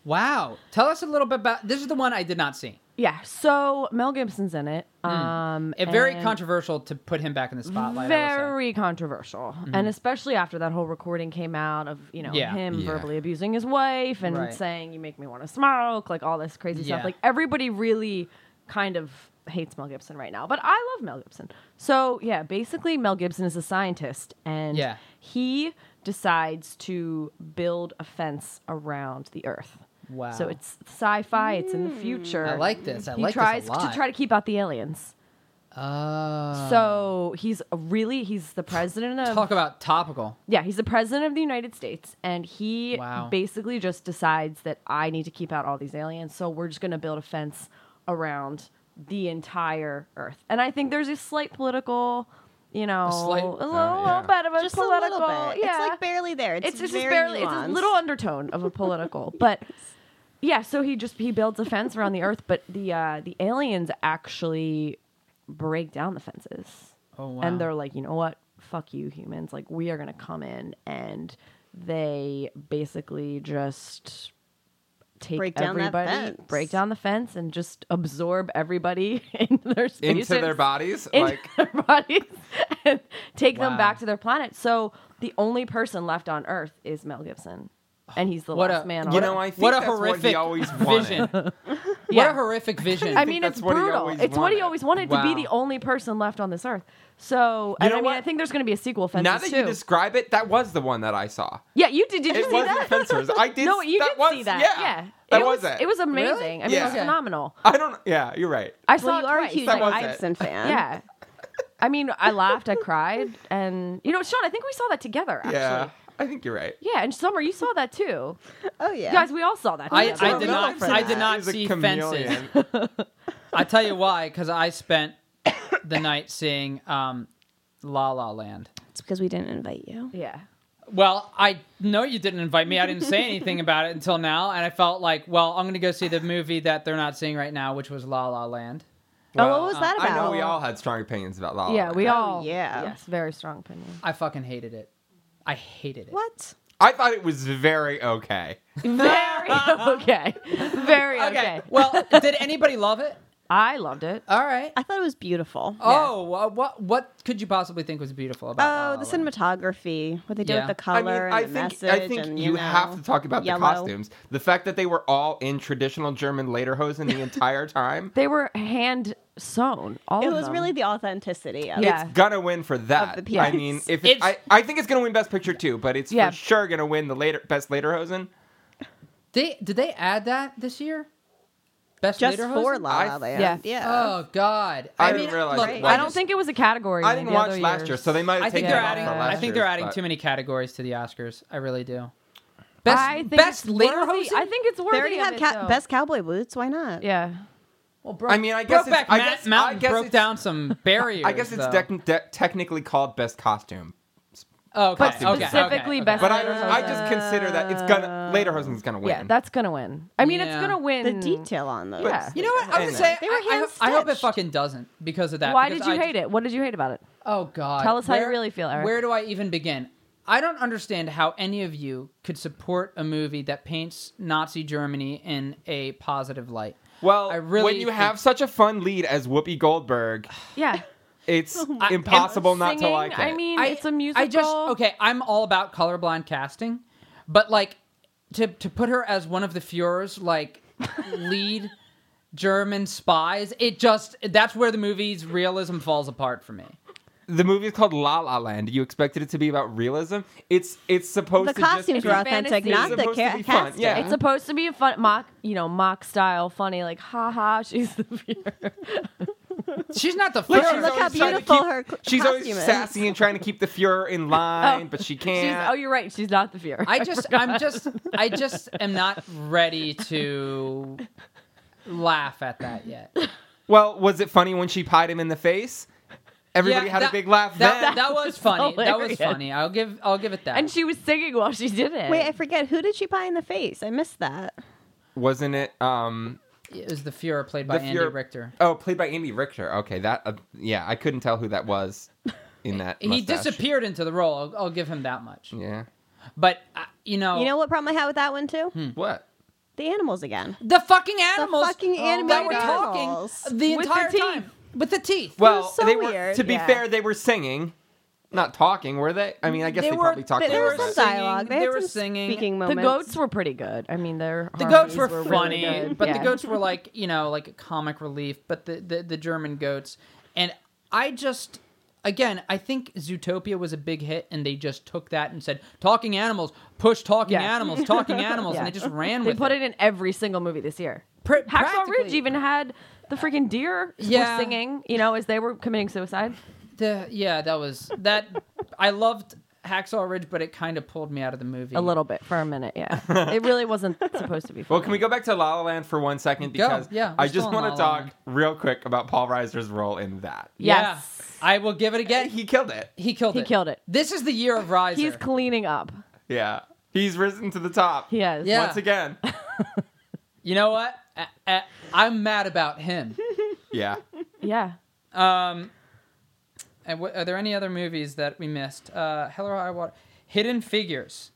Speaker 3: Wow. Tell us a little bit about this. Is the one I did not see.
Speaker 4: Yeah. So Mel Gibson's in it. Um,
Speaker 3: It Hmm. very
Speaker 4: and-
Speaker 3: controversial to put him back in the spotlight. I will say. Mm-hmm.
Speaker 4: very controversial and especially after that whole recording came out of you know
Speaker 3: Yeah.
Speaker 4: him
Speaker 1: Yeah.
Speaker 4: verbally abusing his wife and
Speaker 3: Right.
Speaker 4: saying you make me want to smoke like all this crazy
Speaker 3: Yeah.
Speaker 4: stuff like everybody really kind of hates mel gibson right now but i love mel gibson so yeah basically mel gibson is a scientist and
Speaker 3: Yeah.
Speaker 4: he decides to build a fence around the earth
Speaker 3: Wow.
Speaker 4: so it's sci-fi it's in the future
Speaker 3: I like this. I
Speaker 4: he
Speaker 3: like
Speaker 4: tries
Speaker 3: this a lot.
Speaker 4: to try to keep out the aliens
Speaker 3: Oh.
Speaker 4: so um, he's a really he's the president of
Speaker 3: talk about topical.
Speaker 4: yeah, he's the president of the United States, and he
Speaker 3: Wow.
Speaker 4: basically just decides that I need to keep out all these aliens, so we're just going to build a fence around the entire Earth. And I think there's a slight political, you know, a,
Speaker 3: slight-
Speaker 4: little,
Speaker 1: yeah.
Speaker 4: bit of a
Speaker 2: Oh, Just a
Speaker 4: political,
Speaker 2: little bit.
Speaker 4: yeah,
Speaker 2: It's like barely there. It's,
Speaker 4: it's just
Speaker 2: very
Speaker 4: barely it's a
Speaker 2: nuanced.
Speaker 4: little undertone of a political but yeah so he just he builds a fence around the earth but the uh the aliens actually break down the fences
Speaker 3: Oh, wow.
Speaker 4: and they're like you know what fuck you humans like we are gonna come in and they basically just take
Speaker 2: Break down that
Speaker 4: everybody
Speaker 2: fence.
Speaker 4: break down the fence and just absorb everybody into their spaces
Speaker 1: Into their bodies,
Speaker 4: into
Speaker 1: like
Speaker 4: their bodies and take
Speaker 3: Wow.
Speaker 4: them back to their planet. So the only person left on Earth is Mel Gibson, and he's the
Speaker 3: What
Speaker 4: last
Speaker 3: a-
Speaker 4: man.
Speaker 1: you
Speaker 4: on
Speaker 1: know,
Speaker 4: Earth.
Speaker 1: I think
Speaker 3: what a
Speaker 1: that's what he
Speaker 3: horrific
Speaker 1: always
Speaker 3: vision.
Speaker 1: wanted.
Speaker 3: What
Speaker 4: Yeah.
Speaker 3: a horrific vision.
Speaker 4: I mean,
Speaker 1: that's
Speaker 4: it's
Speaker 1: what he
Speaker 4: brutal.
Speaker 1: always
Speaker 4: It's what he
Speaker 1: wanted.
Speaker 4: always wanted to
Speaker 3: Wow.
Speaker 4: be the only person left on this Earth. So, and
Speaker 1: know
Speaker 4: I mean,
Speaker 1: what?
Speaker 4: I think there's going to be a sequel. Fences
Speaker 1: Now that
Speaker 4: too.
Speaker 1: you describe it, that was the one that I saw.
Speaker 4: yeah, you did. Did you
Speaker 1: it
Speaker 4: see
Speaker 1: wasn't
Speaker 4: that?
Speaker 1: Fencers. I did.
Speaker 4: no, you
Speaker 1: that
Speaker 4: did
Speaker 1: was,
Speaker 4: see that.
Speaker 1: Yeah, that
Speaker 4: it
Speaker 1: was, it.
Speaker 4: It was amazing. I mean,
Speaker 1: Yeah.
Speaker 4: it was
Speaker 1: Okay.
Speaker 4: phenomenal.
Speaker 1: I don't. Yeah, you're right.
Speaker 4: I saw
Speaker 2: Well,
Speaker 4: it
Speaker 2: you are a
Speaker 4: twice.
Speaker 2: huge
Speaker 1: That
Speaker 2: like,
Speaker 1: was it.
Speaker 2: Ibsen fan.
Speaker 4: Yeah. I mean, I laughed, I cried, and you know, Sean, I think we saw that together. Actually.
Speaker 1: Yeah, I think you're right.
Speaker 4: Yeah, and Summer, you saw that too.
Speaker 2: Oh yeah.
Speaker 4: Guys, we all saw that.
Speaker 3: I,
Speaker 4: together.
Speaker 3: I did not. I did not
Speaker 1: He's a
Speaker 3: see
Speaker 1: chameleon.
Speaker 3: fences. I tell you why, because I spent the night seeing um, La La Land.
Speaker 2: it's because we didn't invite you.
Speaker 4: Yeah.
Speaker 3: Well, I know you didn't invite me. I didn't say anything about it until now, and I felt like, well, I'm going to go see the movie that they're not seeing right now, which was La La Land.
Speaker 2: Oh,
Speaker 1: Well,
Speaker 2: what was that
Speaker 1: I
Speaker 2: about?
Speaker 1: know we all had strong opinions about La La
Speaker 4: Yeah,
Speaker 1: Land.
Speaker 4: we
Speaker 2: Oh,
Speaker 4: all.
Speaker 2: yeah.
Speaker 4: Yes, very strong opinion.
Speaker 3: I fucking hated it. I hated it.
Speaker 2: What?
Speaker 1: I thought it was very okay.
Speaker 4: Very okay. Very okay.
Speaker 3: well, did anybody love it?
Speaker 4: I loved it.
Speaker 3: All right.
Speaker 2: I thought it was beautiful.
Speaker 3: Oh, wha- what what could you possibly think was beautiful about? La La
Speaker 2: Oh, the
Speaker 3: Land?
Speaker 2: cinematography, what they did
Speaker 3: Yeah.
Speaker 2: with the
Speaker 1: I
Speaker 2: color
Speaker 1: mean,
Speaker 2: and
Speaker 1: I
Speaker 2: the
Speaker 1: think
Speaker 2: message.
Speaker 1: I think
Speaker 2: and,
Speaker 1: you,
Speaker 2: know,
Speaker 1: have to talk about
Speaker 2: yellow.
Speaker 1: the costumes. The fact that they were all in traditional German lederhosen the entire time.
Speaker 4: They were hand sewn. All
Speaker 2: It
Speaker 4: of
Speaker 2: was
Speaker 4: them.
Speaker 2: really the authenticity of
Speaker 4: Yeah.
Speaker 2: it.
Speaker 1: Gonna win for that.
Speaker 2: Of the
Speaker 1: I
Speaker 2: piece.
Speaker 1: mean, if
Speaker 3: It's-
Speaker 1: it's, I, I think it's gonna win Best Picture too, but it's
Speaker 4: Yeah.
Speaker 1: for sure gonna win the later best lederhosen.
Speaker 3: They did they add that this year? Best
Speaker 2: Just
Speaker 3: Lederhosen?
Speaker 2: for La
Speaker 1: I-
Speaker 2: La Land.
Speaker 4: yeah.
Speaker 3: Oh God!
Speaker 1: I
Speaker 3: mean,
Speaker 1: didn't realize
Speaker 3: look,
Speaker 1: it
Speaker 3: I
Speaker 1: was.
Speaker 4: I
Speaker 3: don't
Speaker 4: don't
Speaker 1: just-
Speaker 4: think it was a category.
Speaker 1: I didn't
Speaker 4: the
Speaker 1: watch
Speaker 4: other
Speaker 1: last
Speaker 4: years.
Speaker 1: year, so they might have
Speaker 3: I think
Speaker 1: taken
Speaker 3: they're
Speaker 1: it off
Speaker 3: adding.
Speaker 1: for last
Speaker 3: I think they're
Speaker 1: year's,
Speaker 3: adding
Speaker 1: but-
Speaker 3: too many categories to the Oscars. I really do. Best
Speaker 4: I think
Speaker 3: best
Speaker 4: it's worthy.
Speaker 3: Lederhosen?
Speaker 4: I think it's worthy.
Speaker 2: They already
Speaker 4: of
Speaker 2: have
Speaker 4: it,
Speaker 2: ca-
Speaker 4: though.
Speaker 2: best cowboy boots. Why not?
Speaker 4: Yeah.
Speaker 3: Well, bro,
Speaker 1: I mean, I guess
Speaker 3: Brokeback
Speaker 1: it's- I
Speaker 3: Ma-
Speaker 1: guess- I
Speaker 3: Mountain
Speaker 1: guess
Speaker 3: broke
Speaker 1: it's-
Speaker 3: down some barriers.
Speaker 1: I guess it's
Speaker 3: though.
Speaker 1: dec- de- technically called best costume,
Speaker 3: Oh, okay,
Speaker 4: But
Speaker 3: okay, okay,
Speaker 4: specifically
Speaker 3: okay.
Speaker 4: best-
Speaker 1: but I, I just consider that it's gonna lederhosen's gonna win.
Speaker 4: Yeah, that's gonna win. I mean,
Speaker 3: Yeah.
Speaker 4: it's gonna win.
Speaker 2: The detail on those.
Speaker 4: Yeah.
Speaker 3: You know what? I'm gonna
Speaker 1: Anyway.
Speaker 3: say
Speaker 2: They were
Speaker 3: I, I, I hope it
Speaker 2: hand-stitched.
Speaker 3: fucking doesn't because of that.
Speaker 4: Why
Speaker 3: because
Speaker 4: did you
Speaker 3: I-
Speaker 4: hate it? What did you hate about it?
Speaker 3: Oh God!
Speaker 4: Tell us how you really feel, Eric.
Speaker 3: Where do I even begin? I don't understand how any of you could support a movie that paints Nazi Germany in a positive light.
Speaker 1: Well,
Speaker 3: I really
Speaker 1: when you
Speaker 3: think-
Speaker 1: have such a fun lead as Whoopi Goldberg,
Speaker 4: Yeah.
Speaker 1: it's impossible not to
Speaker 4: Singing,
Speaker 1: like it.
Speaker 4: I mean, it's a musical.
Speaker 3: I just okay. I'm all about colorblind casting, but like to to put her as one of the Führer's like lead German spies, it just that's where the movie's realism falls apart for me.
Speaker 1: the movie is called La La Land. You expected it to be about realism. It's it's supposed
Speaker 2: The
Speaker 1: to just
Speaker 2: costumes
Speaker 1: be
Speaker 2: were authentic,
Speaker 4: fantasy.
Speaker 2: not
Speaker 1: It's
Speaker 2: the
Speaker 1: supposed to
Speaker 2: ca-
Speaker 1: be fun,
Speaker 2: casting.
Speaker 1: yeah.
Speaker 4: It's supposed to be a fun mock, you know, mock style, funny, like, haha, she's the Fuhrer.
Speaker 3: She's not the
Speaker 1: Like,
Speaker 3: Führer.
Speaker 1: she's
Speaker 2: look how
Speaker 1: always trying to
Speaker 2: beautiful
Speaker 1: keep-
Speaker 2: her c-
Speaker 1: She's
Speaker 2: costume
Speaker 1: always
Speaker 2: is. Oh.
Speaker 1: sassy and trying to keep the Fuhrer in line, but she
Speaker 4: She's,
Speaker 1: can't.
Speaker 4: oh, you're right. She's not the Fuhrer.
Speaker 3: I just, I'm just, I just am not ready to laugh at that yet.
Speaker 1: well, was it funny when she pied him in the face? Everybody
Speaker 3: Yeah,
Speaker 1: had
Speaker 3: that-
Speaker 1: a big laugh
Speaker 3: That,
Speaker 1: then.
Speaker 3: that was funny. That was
Speaker 4: hilarious.
Speaker 3: funny. I'll give, I'll give it that.
Speaker 4: and she was singing while she did it.
Speaker 2: Wait, I forget. Who did she buy in the face? I missed that.
Speaker 1: Wasn't it? Um,
Speaker 3: it was the Fuhrer played by
Speaker 1: The
Speaker 3: Andy
Speaker 1: Fuhrer-
Speaker 3: Richter.
Speaker 1: oh, played by Andy Richter. Okay, that. Uh, yeah, I couldn't tell who that was in that.
Speaker 3: He
Speaker 1: mustache.
Speaker 3: disappeared into the role. I'll, I'll give him that much.
Speaker 1: Yeah.
Speaker 3: But uh, you know,
Speaker 2: You know what problem I had with that one too?
Speaker 3: Hmm.
Speaker 1: What?
Speaker 2: The animals again.
Speaker 3: the fucking animals,
Speaker 2: fucking
Speaker 3: that
Speaker 2: animated
Speaker 3: were
Speaker 2: animals.
Speaker 3: talking the
Speaker 4: With the
Speaker 3: entire
Speaker 4: teeth.
Speaker 3: time with the teeth.
Speaker 1: Well,
Speaker 2: so
Speaker 1: they were.
Speaker 2: weird,
Speaker 1: To be
Speaker 2: yeah.
Speaker 1: fair, they were singing, not talking, were they? I mean, I guess
Speaker 3: They
Speaker 1: they,
Speaker 3: were-
Speaker 1: probably talked.
Speaker 3: they-
Speaker 1: a
Speaker 2: There
Speaker 1: little
Speaker 2: was
Speaker 3: were
Speaker 1: bit.
Speaker 2: some
Speaker 3: singing-
Speaker 2: dialogue.
Speaker 3: they
Speaker 2: had
Speaker 3: were
Speaker 2: some
Speaker 3: singing.
Speaker 2: Speaking
Speaker 4: the
Speaker 2: moments.
Speaker 4: goats were pretty good. I mean, their
Speaker 3: the goats
Speaker 4: harmonies really
Speaker 3: were, funny,
Speaker 4: good.
Speaker 3: but the
Speaker 4: Yeah.
Speaker 3: goats were like you know like comic relief. But the, the the German goats, and I just again I think Zootopia was a big hit, and they just took that and said talking animals, push talking
Speaker 4: Yeah.
Speaker 3: animals, talking animals, and
Speaker 4: Yeah.
Speaker 3: they just ran
Speaker 4: They
Speaker 3: with
Speaker 4: put it in every single movie this year.
Speaker 3: Pra-
Speaker 4: Hacksaw Ridge
Speaker 3: practically-
Speaker 4: even had the freaking deer
Speaker 3: Yeah.
Speaker 4: were singing, you know, as they were committing suicide.
Speaker 3: The yeah, that was that. I loved Hacksaw Ridge, but it kind of pulled me out of the movie
Speaker 4: A little bit for a minute, yeah. it really wasn't supposed to be. Funny.
Speaker 1: Well, can we go back to La La Land for one second?
Speaker 3: Go.
Speaker 1: Because
Speaker 3: Yeah, we're
Speaker 1: I
Speaker 3: still
Speaker 1: just
Speaker 3: in
Speaker 1: want
Speaker 3: La
Speaker 1: to
Speaker 3: La
Speaker 1: talk
Speaker 3: Land.
Speaker 1: real quick about Paul Reiser's role in that.
Speaker 3: Yeah,
Speaker 4: Yes.
Speaker 3: I will give it again. He,
Speaker 1: He killed it.
Speaker 3: he killed
Speaker 4: He
Speaker 3: it.
Speaker 4: killed it.
Speaker 3: This is the year of Riser.
Speaker 4: He's cleaning up.
Speaker 1: Yeah. He's risen to the top.
Speaker 4: He has.
Speaker 3: Yeah.
Speaker 1: Once again.
Speaker 3: you know what? I, I, I'm mad about him.
Speaker 1: Yeah.
Speaker 4: Yeah.
Speaker 3: Um, and what, are there any other movies that we missed? Uh, Hell or High Water, Hidden Figures,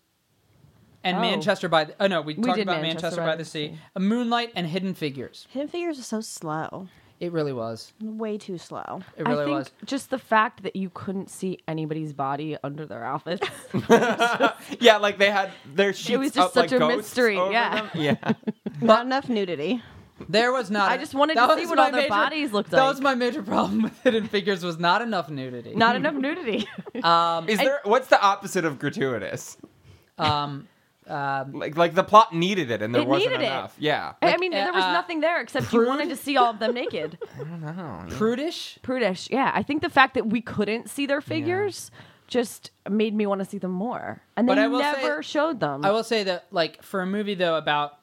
Speaker 3: and
Speaker 4: Oh.
Speaker 3: Manchester by. The, oh no, we talked
Speaker 4: did
Speaker 3: about Manchester, by, the Sea. Uh, Moonlight and Hidden Figures.
Speaker 2: Hidden Figures is so slow.
Speaker 3: It really was.
Speaker 2: Way too slow.
Speaker 3: It really
Speaker 4: I think
Speaker 3: was.
Speaker 4: just the fact that you couldn't see anybody's body under their outfits.
Speaker 1: Yeah, like they had their sheets
Speaker 4: was just
Speaker 1: up
Speaker 4: such
Speaker 1: like
Speaker 4: a
Speaker 1: goats
Speaker 4: mystery,
Speaker 1: over
Speaker 4: yeah.
Speaker 1: them. Yeah.
Speaker 2: Not enough nudity.
Speaker 3: There was not.
Speaker 4: I just wanted
Speaker 3: that
Speaker 4: to see
Speaker 3: was
Speaker 4: what
Speaker 3: my
Speaker 4: all their bodies looked
Speaker 3: That
Speaker 4: like.
Speaker 3: was my major problem with Hidden Figures was not enough nudity.
Speaker 4: Not enough nudity.
Speaker 3: um,
Speaker 1: Is there what's the opposite of gratuitous?
Speaker 3: um, um,
Speaker 1: Like like the plot needed it and there
Speaker 4: It
Speaker 1: wasn't
Speaker 4: needed it.
Speaker 1: enough. Yeah.
Speaker 4: I mean, there was
Speaker 3: uh,
Speaker 4: nothing there except you wanted to see all of them naked.
Speaker 3: prudish.
Speaker 4: Prudish. Yeah. I think the fact that we couldn't see their figures just made me want to see them more. And
Speaker 3: But
Speaker 4: they
Speaker 3: I will say-
Speaker 4: never showed them.
Speaker 3: I will say that, like, for a movie though about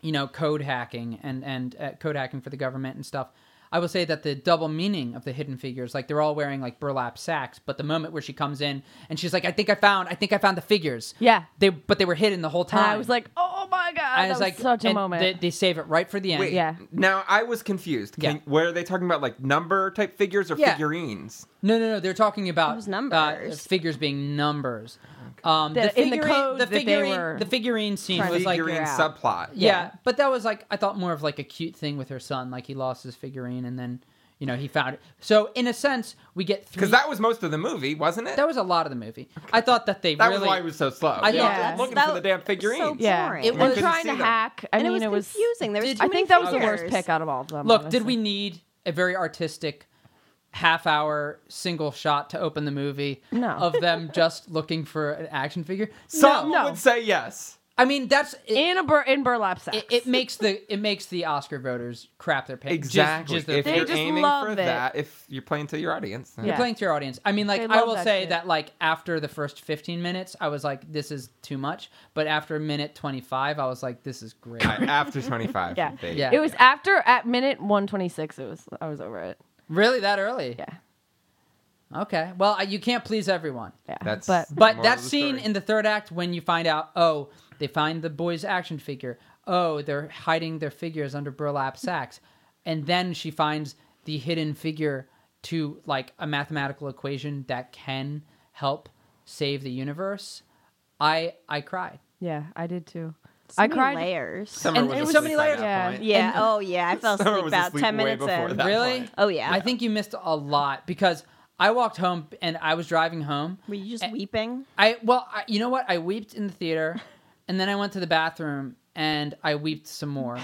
Speaker 3: you know code hacking and and uh, code hacking for the government and stuff, I will say that the double meaning of the hidden figures, like they're all wearing like burlap sacks, but the moment where she comes in and she's like, "I think I found, I think I found the figures."
Speaker 4: Yeah.
Speaker 3: they but they were hidden the whole time.
Speaker 4: and I was like, oh my God.
Speaker 3: I
Speaker 4: that
Speaker 3: was
Speaker 4: was
Speaker 3: like,
Speaker 4: such a
Speaker 3: and
Speaker 4: moment.
Speaker 3: They, they save it right for the end.
Speaker 1: Wait,
Speaker 4: Yeah.
Speaker 1: Now I was confused. Can,
Speaker 3: Yeah.
Speaker 1: Were they talking about like number type figures or
Speaker 3: Yeah.
Speaker 1: figurines?
Speaker 3: No, no, no. They're talking about
Speaker 2: Those
Speaker 3: uh,
Speaker 2: numbers.
Speaker 3: figures being numbers. Um,
Speaker 4: That- in the code
Speaker 3: the
Speaker 4: that they
Speaker 3: figurine,
Speaker 4: were
Speaker 3: the figurine scene
Speaker 4: trying to
Speaker 3: was like,
Speaker 1: Figurine
Speaker 4: yeah.
Speaker 1: subplot.
Speaker 3: yeah. but that was like I thought more of like a cute thing with her son. Like he lost his figurine and then you know he found it. So in a sense, we get three.
Speaker 1: Because that was most of the movie, wasn't it?
Speaker 3: that was a lot of the movie. I thought that they
Speaker 1: That
Speaker 3: really
Speaker 1: was why it was so slow.
Speaker 3: I
Speaker 1: I
Speaker 3: thought-
Speaker 1: yeah.
Speaker 2: Yes.
Speaker 1: looking
Speaker 2: That
Speaker 1: for the damn
Speaker 2: was
Speaker 1: figurine.
Speaker 2: So
Speaker 4: Yeah.
Speaker 2: boring.
Speaker 3: It
Speaker 1: I
Speaker 4: We're
Speaker 3: was-
Speaker 1: couldn't
Speaker 4: trying
Speaker 1: see
Speaker 4: to
Speaker 1: them.
Speaker 4: hack. I
Speaker 2: and
Speaker 4: mean,
Speaker 2: it was confusing. There was
Speaker 3: Did-
Speaker 2: too
Speaker 4: I
Speaker 2: many
Speaker 4: think that was the
Speaker 2: figures.
Speaker 4: worst pick out of all of them.
Speaker 3: look. Did
Speaker 4: honestly.
Speaker 3: we need a very artistic half hour single shot to open the movie
Speaker 4: No.
Speaker 3: of them just looking for an action figure?
Speaker 1: Some
Speaker 4: No.
Speaker 1: would say yes.
Speaker 3: I mean that's
Speaker 4: in a bur- in burlap sacks?
Speaker 3: it, it makes the it makes the Oscar voters crap their pants.
Speaker 1: Exactly.
Speaker 3: Just, their
Speaker 1: if
Speaker 4: They
Speaker 1: you're
Speaker 3: pants.
Speaker 4: just
Speaker 1: aiming
Speaker 4: love
Speaker 1: for
Speaker 4: it.
Speaker 1: that, if you're playing to your audience, then-
Speaker 4: Yeah.
Speaker 3: Playing to your audience. I mean, like
Speaker 4: They
Speaker 3: I
Speaker 4: love
Speaker 3: will
Speaker 4: that
Speaker 3: say
Speaker 4: shit.
Speaker 3: that like after the first fifteen minutes, I was like, this is too much. But after minute twenty five, I was like, this is great.
Speaker 1: after 25.
Speaker 4: Yeah.
Speaker 1: they-
Speaker 3: Yeah.
Speaker 4: It was after at minute 126. It was I was over it.
Speaker 3: really, that early?
Speaker 4: Yeah.
Speaker 3: Okay. Well, I- you can't please everyone.
Speaker 4: Yeah.
Speaker 1: That's-
Speaker 4: but
Speaker 3: But
Speaker 1: Moral
Speaker 3: that
Speaker 1: of the
Speaker 3: scene
Speaker 1: story.
Speaker 3: in the third act when you find out, oh, they find the boy's action figure. Oh, they're hiding their figures under burlap sacks. And then she finds the hidden figure to like a mathematical equation that can help Save the Universe. I I cried.
Speaker 4: Yeah, I did too.
Speaker 2: So
Speaker 4: I
Speaker 2: many
Speaker 4: cried.
Speaker 2: Layers.
Speaker 1: Summer
Speaker 3: And
Speaker 1: was
Speaker 3: it was
Speaker 1: asleep
Speaker 3: so many
Speaker 1: by
Speaker 3: layers.
Speaker 1: that
Speaker 4: Yeah.
Speaker 1: point.
Speaker 2: yeah. oh yeah. I fell
Speaker 1: Summer
Speaker 2: asleep
Speaker 1: was
Speaker 2: about
Speaker 1: asleep
Speaker 2: ten
Speaker 1: way
Speaker 2: minutes
Speaker 1: before
Speaker 2: in.
Speaker 1: that.
Speaker 3: Really?
Speaker 1: point.
Speaker 2: Oh, yeah.
Speaker 3: I think you missed a lot because I walked home and I was driving home.
Speaker 2: Were you just
Speaker 3: And-
Speaker 2: weeping?
Speaker 3: I well, I, you know what? I weeped in the theater, and then I went to the bathroom and I weeped some more,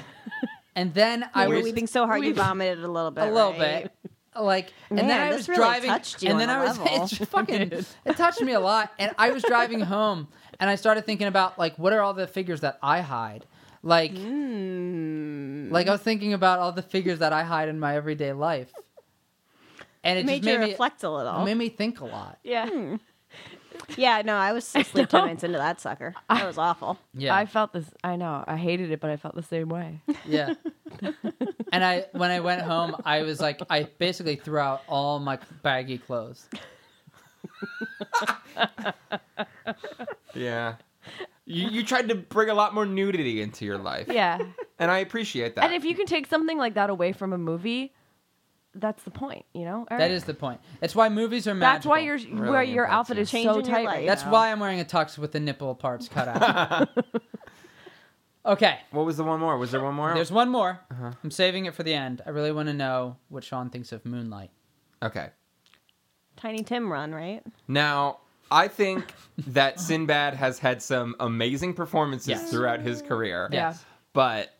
Speaker 3: and then I
Speaker 2: you were
Speaker 3: was
Speaker 2: weeping so hard you vomited a little bit.
Speaker 3: a little
Speaker 2: right?
Speaker 3: bit. Like and
Speaker 2: Man,
Speaker 3: then I
Speaker 2: this
Speaker 3: was
Speaker 2: really
Speaker 3: driving,
Speaker 2: touched you
Speaker 3: and
Speaker 2: on
Speaker 3: then
Speaker 2: a
Speaker 3: I was
Speaker 2: level.
Speaker 3: it fucking it touched me a lot. And I was driving home, and I started thinking about like what are all the figures that I hide, like
Speaker 2: Hmm.
Speaker 3: like I was thinking about all the figures that I hide in my everyday life, and
Speaker 2: It
Speaker 3: it
Speaker 2: made
Speaker 3: just made
Speaker 2: you
Speaker 3: me
Speaker 2: reflect a little.
Speaker 3: it made me think a lot.
Speaker 4: Yeah.
Speaker 2: Yeah, no, I was asleep ten minutes into that sucker. That was awful.
Speaker 3: Yeah,
Speaker 4: I felt this. I know. I hated it, but I felt the same way.
Speaker 3: Yeah. and I when I went home, I was like, I basically threw out all my baggy clothes.
Speaker 1: Yeah. You, you tried to bring a lot more nudity into your life.
Speaker 4: Yeah.
Speaker 1: And I appreciate that.
Speaker 4: and if you can take something like that away from a movie, that's the point, you know.
Speaker 3: That is the point. That's why movies are
Speaker 4: That's
Speaker 3: magical.
Speaker 4: why your where your
Speaker 1: important.
Speaker 4: outfit is so
Speaker 2: Changing your
Speaker 4: tight.
Speaker 2: life.
Speaker 4: right
Speaker 3: That's
Speaker 4: now.
Speaker 3: why I'm wearing a tux with the nipple parts cut out. okay.
Speaker 1: what was the one more? Was there one more?
Speaker 3: There's one more.
Speaker 1: Uh-huh.
Speaker 3: I'm saving it for the end. I really want to know what Sean thinks of Moonlight.
Speaker 1: Okay.
Speaker 2: Tiny Tim run, right?
Speaker 1: Uh, Now, I think that Sinbad has had some amazing performances
Speaker 3: Yes.
Speaker 1: throughout his career.
Speaker 4: Yeah.
Speaker 3: Yes.
Speaker 1: But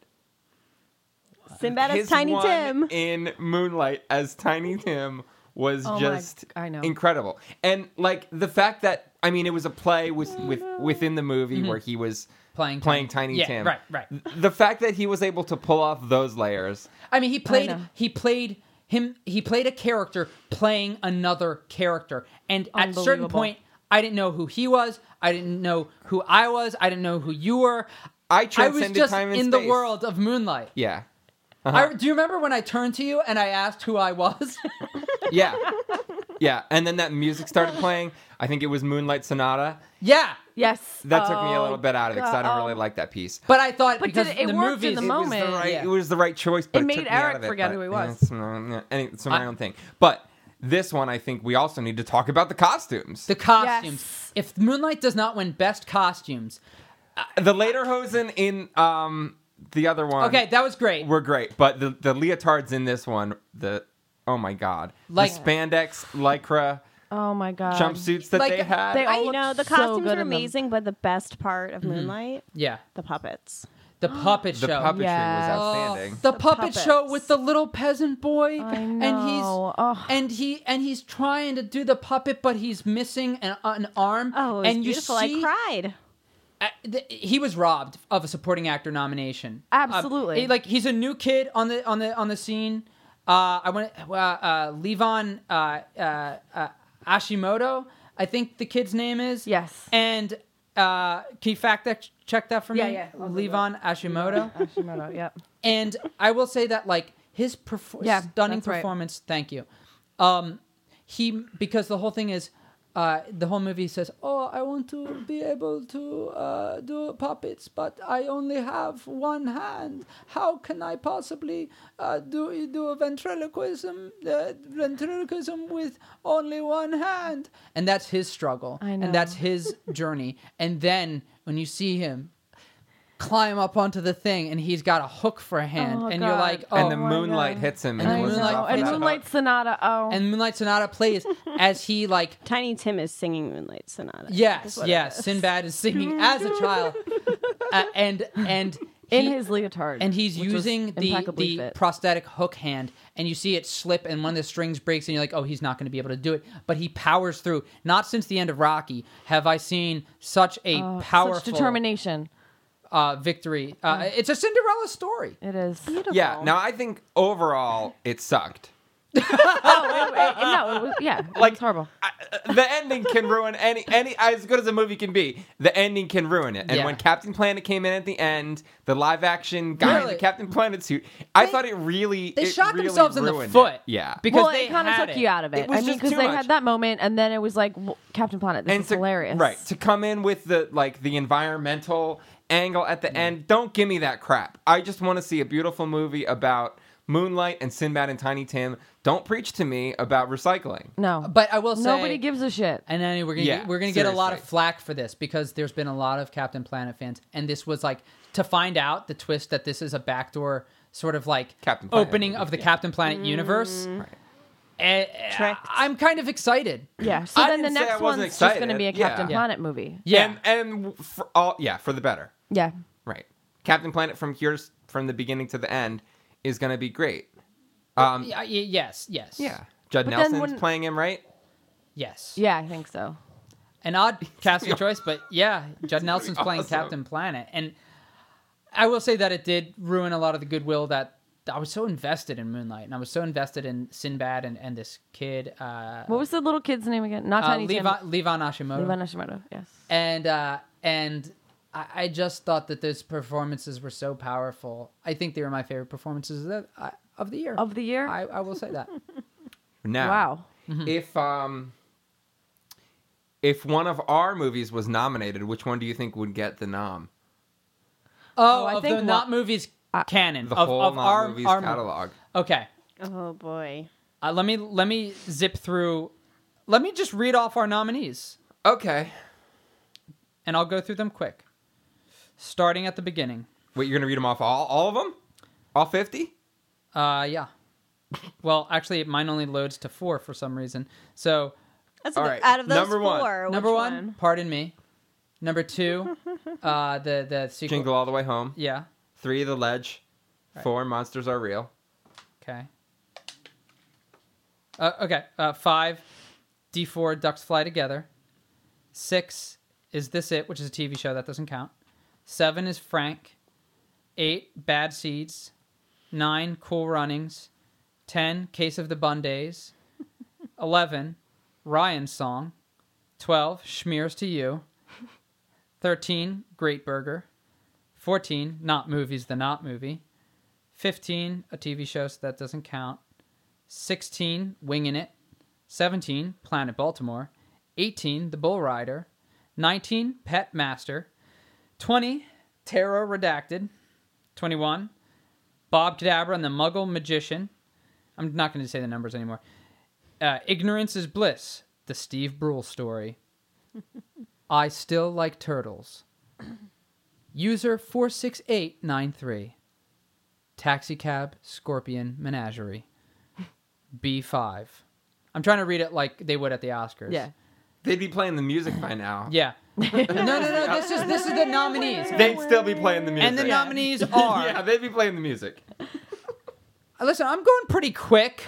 Speaker 2: Sinbad as
Speaker 1: his
Speaker 2: Tiny
Speaker 1: one
Speaker 2: Tim.
Speaker 1: in Moonlight as Tiny Tim was
Speaker 4: Oh my-
Speaker 1: just
Speaker 4: I know.
Speaker 1: incredible. And like the fact that I mean it was a play with, with within the movie
Speaker 3: Mm-hmm.
Speaker 1: where he was
Speaker 3: Playing
Speaker 1: playing
Speaker 3: Tiny-
Speaker 1: Tiny
Speaker 3: Yeah,
Speaker 1: Tim.
Speaker 3: right, right.
Speaker 1: The fact that he was able to pull off those layers
Speaker 3: I mean, he played
Speaker 4: know.
Speaker 3: he played him he played a character playing another character, and at a certain
Speaker 4: Unbelievable.
Speaker 3: point, I didn't know who he was. I didn't know who I was. I didn't know who you were.
Speaker 1: I
Speaker 3: I was
Speaker 1: transcended
Speaker 3: just
Speaker 1: time and
Speaker 3: in the
Speaker 1: space. Uh-huh.
Speaker 3: world of Moonlight.
Speaker 1: Yeah.
Speaker 3: I, do you remember when I turned to you and I asked who I was?
Speaker 1: Yeah. yeah. And then that music started playing. I think it was Moonlight Sonata.
Speaker 3: yeah,
Speaker 4: Yes.
Speaker 1: That took me a
Speaker 4: Oh,
Speaker 1: little bit out of it because I
Speaker 4: God.
Speaker 1: don't really like that piece.
Speaker 3: but I thought
Speaker 4: But
Speaker 3: because
Speaker 4: did it- it
Speaker 3: the
Speaker 4: worked
Speaker 3: movies
Speaker 4: in the
Speaker 1: It was the
Speaker 4: moment.
Speaker 1: right-
Speaker 3: Yeah.
Speaker 1: It was the right choice, but
Speaker 4: It
Speaker 1: it,
Speaker 4: made
Speaker 1: took me
Speaker 4: Eric
Speaker 1: out of it,
Speaker 4: forget
Speaker 1: but-
Speaker 4: who he was.
Speaker 1: It's my- yeah, any- it's my
Speaker 3: I-
Speaker 1: own thing. But this one, I think we also need to talk about the costumes.
Speaker 3: the
Speaker 1: The,
Speaker 3: costumes.
Speaker 4: Yes.
Speaker 3: If Moonlight does not win best costumes,
Speaker 1: lederhosen in um the other one.
Speaker 3: okay, that was great.
Speaker 1: were great, but the the leotards in this one, the oh my god,
Speaker 3: Like- Um,
Speaker 1: the spandex lycra
Speaker 4: Oh my god.
Speaker 1: jumpsuits that
Speaker 3: Like,
Speaker 1: they had.
Speaker 4: they all
Speaker 2: I, you
Speaker 4: looked
Speaker 2: know, the
Speaker 4: so
Speaker 2: costumes
Speaker 4: good in
Speaker 2: were
Speaker 4: them.
Speaker 2: amazing, but the best part of Moonlight,
Speaker 3: yeah,
Speaker 2: the puppets.
Speaker 3: the puppet
Speaker 1: the
Speaker 3: show. Oh,
Speaker 1: puppetry
Speaker 4: Yes.
Speaker 1: was outstanding.
Speaker 3: Uh, the, puppet show
Speaker 2: puppets.
Speaker 3: with the little peasant boy
Speaker 4: I
Speaker 3: and he's
Speaker 4: know. Ugh.
Speaker 3: and he and he's trying to do the puppet but he's missing an, uh, an arm
Speaker 2: Oh, it was
Speaker 3: and
Speaker 2: beautiful.
Speaker 3: you see
Speaker 2: I cried.
Speaker 3: uh, th- he was robbed of a supporting actor nomination Um,
Speaker 4: Absolutely.
Speaker 3: he- like he's a new kid on the on the on the scene uh i want uh, uh levon uh uh, uh ashimoto i think the kid's name is
Speaker 4: Yes.
Speaker 3: and uh can you fact that check that for
Speaker 4: Yeah,
Speaker 3: me
Speaker 4: yeah. I'll do
Speaker 3: levon ashimoto
Speaker 4: Ashimoto, yep.
Speaker 3: and I will say that like his perfor-
Speaker 4: Yeah,
Speaker 3: stunning
Speaker 4: that's right.
Speaker 3: performance. Thank you. Um, he because the whole thing is. Uh, the whole movie says, "Oh, I want to be able to uh, do puppets, but I only have one hand. How can I possibly uh, do do a ventriloquism uh, ventriloquism with only one hand?" And that's his struggle,
Speaker 4: I know.
Speaker 3: and that's his journey. And then when you see him climb up onto the thing and he's got a hook for a hand
Speaker 4: Oh,
Speaker 3: and
Speaker 4: God.
Speaker 3: you're like oh
Speaker 1: and
Speaker 3: and,
Speaker 1: the
Speaker 4: my
Speaker 1: moonlight
Speaker 4: God.
Speaker 1: hits him,
Speaker 3: And
Speaker 1: and,
Speaker 3: the
Speaker 1: he
Speaker 4: I
Speaker 1: was
Speaker 3: moonlight-
Speaker 4: know.
Speaker 1: off
Speaker 4: And
Speaker 1: without a
Speaker 4: Moonlight
Speaker 1: hook.
Speaker 4: Sonata. Oh.
Speaker 3: moonlight sonata plays as he like
Speaker 2: Tiny Tim is singing Moonlight Sonata.
Speaker 3: yes
Speaker 2: Is what it
Speaker 3: yes
Speaker 2: is.
Speaker 3: sinbad is singing as a child uh, and and
Speaker 4: in
Speaker 3: he-
Speaker 4: his leotard.
Speaker 3: and he's
Speaker 4: which was
Speaker 3: using the,
Speaker 4: impeccably
Speaker 3: the
Speaker 4: fit.
Speaker 3: prosthetic hook hand and you see it slip and one of the strings breaks and you're like oh he's not going to be able to do it but he powers through not since the end of rocky have i seen such a
Speaker 4: Oh,
Speaker 3: powerful
Speaker 4: such determination.
Speaker 3: uh, victory uh, it's a cinderella story
Speaker 4: It is.
Speaker 2: Beautiful.
Speaker 1: Yeah. Now I think overall it sucked.
Speaker 4: oh, it, it, no, it was yeah. It
Speaker 1: Like-
Speaker 4: was horrible.
Speaker 1: I- uh, the ending can ruin any any as good as a movie can be. The ending can ruin it. And
Speaker 3: Yeah.
Speaker 1: when Captain Planet came in at the end, the live action guy in
Speaker 3: Really?
Speaker 1: the Captain Planet suit, I
Speaker 3: They-
Speaker 1: thought it really
Speaker 3: they
Speaker 1: it
Speaker 3: shot
Speaker 1: really
Speaker 3: themselves in the
Speaker 1: ruined
Speaker 3: foot.
Speaker 1: it. Yeah,
Speaker 3: Because
Speaker 4: Well,
Speaker 3: they
Speaker 4: it kind of
Speaker 3: had
Speaker 4: took you out of it.
Speaker 1: It was
Speaker 4: I mean,
Speaker 1: just
Speaker 4: because
Speaker 1: too
Speaker 4: they
Speaker 1: much.
Speaker 4: had that moment, and then it was like w Captain Planet. This
Speaker 1: and
Speaker 4: is
Speaker 1: to-
Speaker 4: hilarious,
Speaker 1: right? To come in with the like the
Speaker 4: Mm-hmm.
Speaker 1: environmental angle at the end. Don't give me that crap. I just want to see a beautiful movie about Moonlight, and Sinbad and Tiny Tim. Don't preach to me about recycling.
Speaker 4: No,
Speaker 3: But I will say
Speaker 4: nobody gives a shit.
Speaker 3: And then we're gonna
Speaker 1: Yeah,
Speaker 3: get, we're gonna get a lot of
Speaker 1: seriously.
Speaker 3: flack for this because there's been a lot of Captain Planet fans, and this was like to find out the twist that this is a backdoor sort of like
Speaker 1: Captain Planet
Speaker 3: opening
Speaker 1: movie,
Speaker 3: of the
Speaker 1: yeah.
Speaker 3: Captain Planet universe. Eh, eh,
Speaker 2: Tricked.
Speaker 3: I'm kind of excited.
Speaker 4: Yeah. So
Speaker 1: I
Speaker 4: then the
Speaker 1: didn't say I
Speaker 4: next
Speaker 1: wasn't
Speaker 4: one's just going to
Speaker 1: excited.
Speaker 4: be a
Speaker 1: Yeah.
Speaker 4: Captain
Speaker 1: Yeah.
Speaker 4: Planet movie.
Speaker 3: Yeah,
Speaker 1: and, and for all, yeah, for the better.
Speaker 4: Yeah.
Speaker 1: Right. Captain Planet from here from the beginning to the end is going to be great. Um,
Speaker 3: Yeah, y- yes, yes,
Speaker 1: yeah. Judd
Speaker 4: But then
Speaker 1: Nelson's
Speaker 4: when-
Speaker 1: playing him, right?
Speaker 3: yes.
Speaker 4: Yeah, I think so.
Speaker 3: an odd casting choice, but yeah, Judd Nelson's playing
Speaker 1: awesome.
Speaker 3: Captain Planet, and I will say that it did ruin a lot of the goodwill that I was so invested in Moonlight, and I was so invested in Sinbad and, and this kid, uh,
Speaker 4: What was the little kid's name again? Not
Speaker 3: uh
Speaker 4: Tiny Tim.
Speaker 3: Levon, Levon Hashimoto,
Speaker 4: Levi Nishimoto. Yes.
Speaker 3: and uh, and I, I just thought that those performances were so powerful. I think they were my favorite performances of the, uh, of the year.
Speaker 4: Of the year?
Speaker 3: I, I will say that. Oh,
Speaker 1: Now,
Speaker 4: Wow.
Speaker 1: if um, if one of our movies was nominated, which one do you think would get the nom?
Speaker 3: Oh,
Speaker 4: I
Speaker 3: of
Speaker 4: think
Speaker 3: the
Speaker 4: one-
Speaker 3: not movies canon
Speaker 1: The
Speaker 3: of,
Speaker 1: whole
Speaker 3: of
Speaker 1: nom
Speaker 3: our,
Speaker 1: movies
Speaker 3: our
Speaker 1: catalog.
Speaker 3: Okay,
Speaker 2: Oh boy.
Speaker 3: Uh, let me let me zip through. Let me just read off our nominees,
Speaker 1: Okay.
Speaker 3: and I'll go through them quick, starting at the beginning.
Speaker 1: Wait, you're going to read them off all, all of them? All 50?
Speaker 3: Uh, yeah. Well, actually, mine only loads to four for some reason. So
Speaker 2: That's
Speaker 1: All
Speaker 2: a good-
Speaker 1: right,
Speaker 2: out of those
Speaker 1: number one.
Speaker 2: four.
Speaker 3: number
Speaker 2: which
Speaker 3: one, pardon me. Number two, uh, the the sequel.
Speaker 1: Jingle All the Way Home.
Speaker 3: Yeah.
Speaker 1: Three, The Ledge. Four, Monsters Are Real.
Speaker 3: Okay. Uh, okay. Uh, five, D four ducks fly together. Six is this it, which is a TV show that doesn't count. Seven is Frank. Eight bad seeds. Nine cool runnings. Ten case of the bun days. Eleven Ryan's song. Twelve schmears to you. Thirteen great burger. Fourteen not movies the not movie. 15 a tv show so that doesn't count 16 winging it 17 planet baltimore 18 the bull rider 19 pet master 20 terror redacted 21 bob cadabra and the muggle magician i'm not going to say the numbers anymore uh, ignorance is bliss the steve brule story i still like turtles user 46893 Taxicab Scorpion Menagerie. B5. I'm trying to read it like they would at the Oscars.
Speaker 4: Yeah.
Speaker 1: They'd be playing the music by now.
Speaker 3: Yeah. no, no, no. This is this is the nominees.
Speaker 1: They'd still be playing the music.
Speaker 3: And the nominees are.
Speaker 1: Yeah, they'd be playing the music.
Speaker 3: Listen, I'm going pretty quick.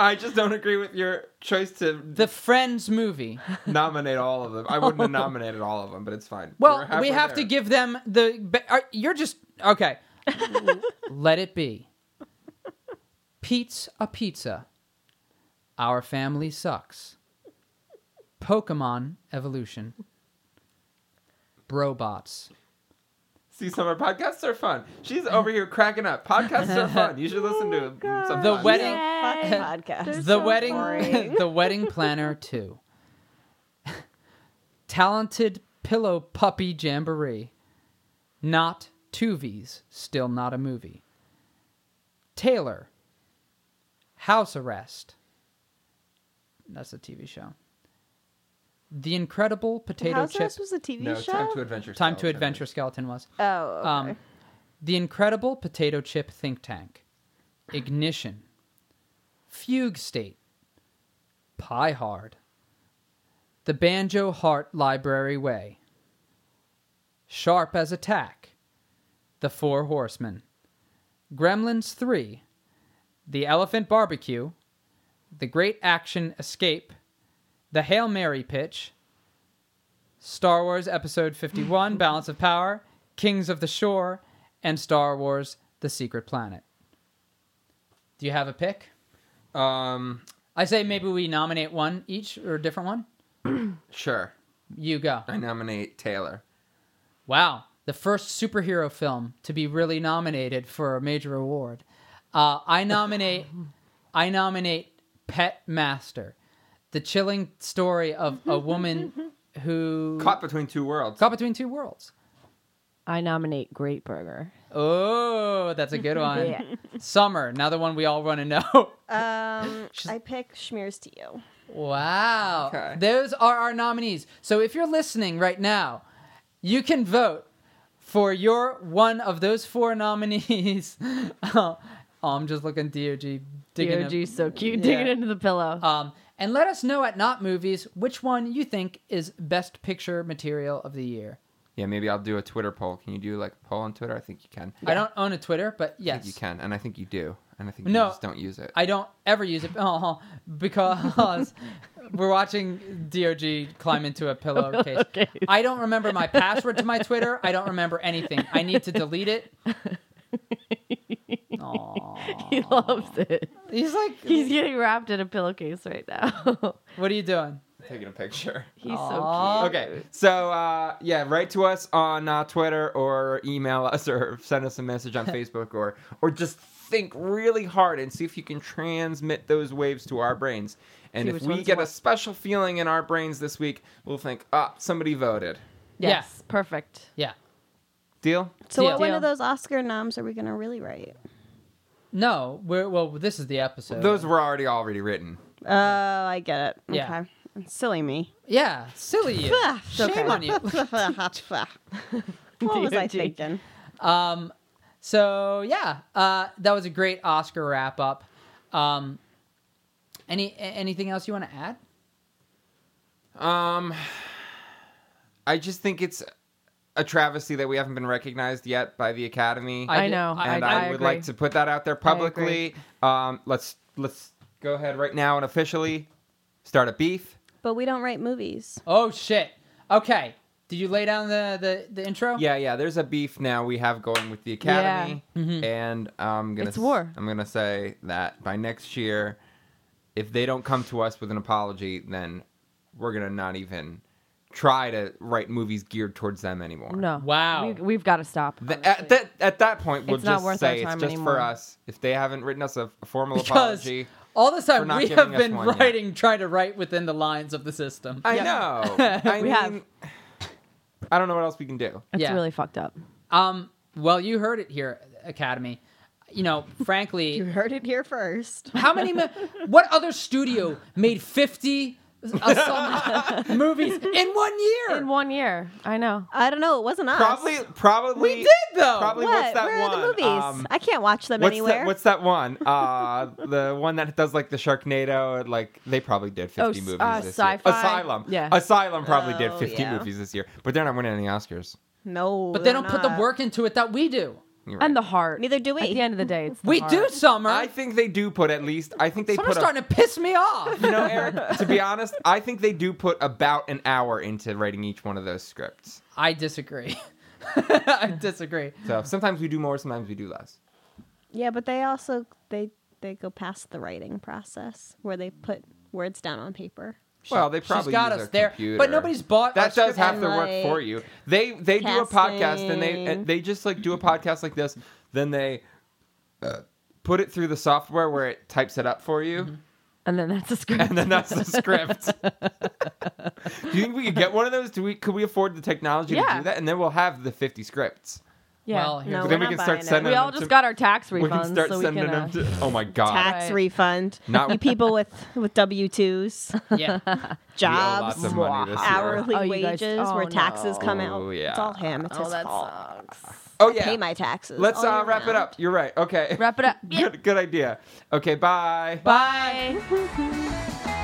Speaker 1: I just don't agree with your choice to
Speaker 3: The Friends movie.
Speaker 1: nominate all of them. I wouldn't have nominated all of them, but it's fine. We're
Speaker 3: Well,
Speaker 1: halfway
Speaker 3: we have
Speaker 1: there.
Speaker 3: to give them the. be- are- You're just okay. Let it be. Pete's a pizza. Our family sucks. Pokemon evolution. Brobots.
Speaker 1: see some of our podcasts are fun. She's over here cracking up. Podcasts are fun. You should listen to them. sometimes.
Speaker 3: Oh, The wedding.
Speaker 2: Fucking podcast.
Speaker 3: the wedding.
Speaker 2: boring.
Speaker 3: the wedding planner two. Talented pillow puppy jamboree. Not two V's. Still not a movie. Taylor. House arrest. That's a TV show. The Incredible Potato
Speaker 2: House
Speaker 3: Chip.
Speaker 2: Arrest was a TV
Speaker 1: No,
Speaker 2: show.
Speaker 1: time to adventure.
Speaker 3: Time to
Speaker 1: Skeleton.
Speaker 3: Adventure Skeleton was.
Speaker 2: oh, okay.
Speaker 3: Um, the Incredible Potato Chip Think Tank, Ignition, Fugue State, Pie Hard, The Banjo Heart Library Way, Sharp as a Tack, The Four Horsemen, Gremlins 3, The Elephant Barbecue, The Great Action Escape, The Hail Mary Pitch, Star Wars Episode 51, Balance of Power, Kings of the Shore, and Star Wars The Secret Planet. Do you have a pick?
Speaker 1: Um,
Speaker 3: I say maybe we nominate one each or a different one.
Speaker 1: sure.
Speaker 3: You go.
Speaker 1: I nominate Taylor.
Speaker 3: Wow. The first superhero film to be really nominated for a major award. Uh, I nominate I nominate Pet Master. The chilling story of a woman who Mm.
Speaker 1: Caught between two worlds.
Speaker 3: Caught between two worlds.
Speaker 4: I nominate Great Burger.
Speaker 3: Oh, that's a good one.
Speaker 2: Yeah.
Speaker 3: Summer, another one we all want to know.
Speaker 2: Um, I pick Schmears to you.
Speaker 3: Wow.
Speaker 1: Okay.
Speaker 3: Those are our nominees. So if you're listening right now, you can vote for your one of those four nominees. oh, I'm just looking DOG digging up-
Speaker 4: DOG's so cute,
Speaker 3: Yeah.
Speaker 4: digging into the pillow.
Speaker 3: Um, and let us know at Not Movies which one you think is best picture material of the year.
Speaker 1: Yeah, maybe I'll do a Twitter poll. Can you do like a poll on Twitter? I think you can.
Speaker 3: I don't own a Twitter, but
Speaker 1: I
Speaker 3: yes,
Speaker 1: think you can, and I think you do, and I think
Speaker 3: No.
Speaker 1: you just don't use it.
Speaker 3: I don't ever use it oh, because we're watching DOG climb into a pillowcase.
Speaker 4: Pillowcase.
Speaker 3: I don't remember my password to my Twitter. I don't remember anything. I need to delete it. Aw.
Speaker 4: he loves it.
Speaker 3: He's like,
Speaker 4: He's getting wrapped in a pillowcase right now.
Speaker 3: what are you doing?
Speaker 1: Taking a picture.
Speaker 4: He's
Speaker 3: Aw.
Speaker 4: so cute.
Speaker 1: Okay, so uh, yeah, write to us on uh, Twitter or email us or send us a message on Facebook or or just think really hard and see if you can transmit those waves to our brains. And
Speaker 4: See
Speaker 1: if
Speaker 4: which
Speaker 1: we
Speaker 4: ones
Speaker 1: get
Speaker 4: you
Speaker 1: a
Speaker 4: want.
Speaker 1: special feeling in our brains this week, we'll think, ah, somebody voted.
Speaker 4: Yes, perfect.
Speaker 3: Yeah.
Speaker 1: Deal?
Speaker 2: So,
Speaker 3: Deal.
Speaker 2: what one of those Oscar noms are we gonna really write?
Speaker 3: No, we're, well, this is the episode.
Speaker 1: Those were already already written.
Speaker 2: Oh, I get it.
Speaker 3: Yeah.
Speaker 2: Okay. Silly me. Ah,
Speaker 3: Yeah, silly you. Shame
Speaker 2: Okay.
Speaker 3: on you.
Speaker 2: what was I thinking?
Speaker 3: Um, so yeah, uh, that was a great Oscar wrap up. Um, any a- anything else you want to add?
Speaker 1: Um, I just think it's a travesty that we haven't been recognized yet by the Academy.
Speaker 3: I
Speaker 4: I,
Speaker 3: did-
Speaker 4: know.
Speaker 1: and
Speaker 3: I-
Speaker 1: I,
Speaker 3: I
Speaker 1: would
Speaker 4: agree.
Speaker 1: like to put that out there
Speaker 4: agree.
Speaker 1: publicly. Um, let's let's go ahead right now and officially start a beef.
Speaker 2: But we don't write movies.
Speaker 3: Oh shit. Okay. Did you lay down the the, the intro?
Speaker 1: Yeah, yeah. There's a beef now we have going with the academy, and I'm gonna
Speaker 4: Mm-hmm. It's war.
Speaker 1: I'm gonna say that by next year, if they don't come to us with an apology, then we're gonna not even try to write movies geared towards them anymore.
Speaker 4: No.
Speaker 3: Wow.
Speaker 4: We, we've got to stop.
Speaker 1: Th- at, that, at that point, we'll
Speaker 4: It's not
Speaker 1: just
Speaker 4: worth our
Speaker 1: say it's
Speaker 4: time
Speaker 1: just for
Speaker 4: anymore.
Speaker 1: us. If they haven't written us a, a formal
Speaker 3: Because
Speaker 1: apology,
Speaker 3: all this
Speaker 1: for
Speaker 3: time
Speaker 1: not
Speaker 3: we
Speaker 1: giving
Speaker 3: have
Speaker 1: us
Speaker 3: been
Speaker 1: one yet.
Speaker 3: writing, trying to write within the lines of the system.
Speaker 1: I know. I
Speaker 4: We have.
Speaker 1: I don't know what else we can do.
Speaker 4: It's
Speaker 3: Yeah.
Speaker 4: really fucked up.
Speaker 3: Um. Well, you heard it here, Academy. You know, frankly,
Speaker 2: You heard it here first.
Speaker 3: How many? mo- what other studio made fifty uh, some movies in one year?
Speaker 4: In one year. I know.
Speaker 2: I don't know. It wasn't us.
Speaker 1: Probably, probably
Speaker 3: we did though.
Speaker 1: Probably
Speaker 2: What?
Speaker 1: what's that
Speaker 2: Where
Speaker 1: one?
Speaker 2: are the movies?
Speaker 1: Um,
Speaker 2: I can't watch them
Speaker 1: what's
Speaker 2: anywhere.
Speaker 1: That, what's that one? Uh, the one that does like the Sharknado. and, Like they probably did
Speaker 4: Oh,
Speaker 1: fifty
Speaker 4: s-
Speaker 1: movies
Speaker 4: uh,
Speaker 1: this year.
Speaker 4: sci-fi?
Speaker 1: Asylum.
Speaker 4: Yeah.
Speaker 1: Asylum probably did
Speaker 2: Oh,
Speaker 1: fifty
Speaker 2: yeah.
Speaker 1: movies this year, but they're not winning any Oscars.
Speaker 2: no.
Speaker 3: but they
Speaker 2: they're
Speaker 3: don't put the
Speaker 2: not.
Speaker 3: work into it that we do.
Speaker 1: You're
Speaker 4: And the
Speaker 1: right.
Speaker 4: heart.
Speaker 2: Neither do we.
Speaker 4: At the end of the day, it's the
Speaker 3: We
Speaker 4: heart.
Speaker 3: do, Summer.
Speaker 1: I think they do put at least. I think they
Speaker 3: Summer's
Speaker 1: put.
Speaker 3: starting to piss me off.
Speaker 1: a, you know, Eric. To be honest, I think they do put about an hour into writing each one of those scripts.
Speaker 3: I disagree. I disagree.
Speaker 1: So sometimes we do more, sometimes we do less.
Speaker 2: Yeah, but they also they they go past the writing process where they put words down on paper.
Speaker 1: Well, they probably
Speaker 3: She's got
Speaker 1: use
Speaker 3: us
Speaker 1: a
Speaker 3: there,
Speaker 1: computer.
Speaker 3: but nobody's bought.
Speaker 1: that
Speaker 3: our
Speaker 1: does
Speaker 3: script.
Speaker 1: half the
Speaker 2: and,
Speaker 1: work
Speaker 2: like,
Speaker 1: for you. They they do a podcast and they
Speaker 2: casting.
Speaker 1: and they just like do a podcast like this, then they uh, put it through the software where it types it up for you,
Speaker 2: Mm-hmm.
Speaker 4: And then that's a script.
Speaker 1: and then that's the script. do you think we could get one of those? Do we could we afford the technology to
Speaker 4: Yeah.
Speaker 1: do that? And then we'll have the fifty scripts.
Speaker 4: yeah.
Speaker 3: Well, here's
Speaker 2: No,
Speaker 1: then we
Speaker 2: we're
Speaker 1: can
Speaker 2: not
Speaker 1: start
Speaker 2: buying it.
Speaker 1: sending.
Speaker 4: we all
Speaker 1: them
Speaker 4: just
Speaker 1: to,
Speaker 4: got our tax
Speaker 1: We can
Speaker 4: refunds,
Speaker 1: start
Speaker 4: so we
Speaker 1: sending
Speaker 4: can. Uh,
Speaker 1: them to. Oh my god!
Speaker 2: Tax
Speaker 4: Right.
Speaker 2: refund.
Speaker 1: Not-
Speaker 2: you people with with W twos,
Speaker 3: Yeah.
Speaker 2: jobs,
Speaker 1: lots of money this year.
Speaker 2: hourly
Speaker 4: Oh, you guys-
Speaker 2: wages,
Speaker 4: oh,
Speaker 2: where taxes
Speaker 4: no.
Speaker 2: come out.
Speaker 1: Oh, yeah.
Speaker 2: It's all him. It's his fault.
Speaker 4: sucks.
Speaker 1: oh yeah.
Speaker 2: Pay my taxes.
Speaker 1: Let's
Speaker 2: all
Speaker 1: uh,
Speaker 2: year
Speaker 1: wrap it
Speaker 2: round.
Speaker 1: up. You're right. Okay.
Speaker 4: Wrap it up.
Speaker 1: good, good idea. Okay. Bye.
Speaker 4: Bye.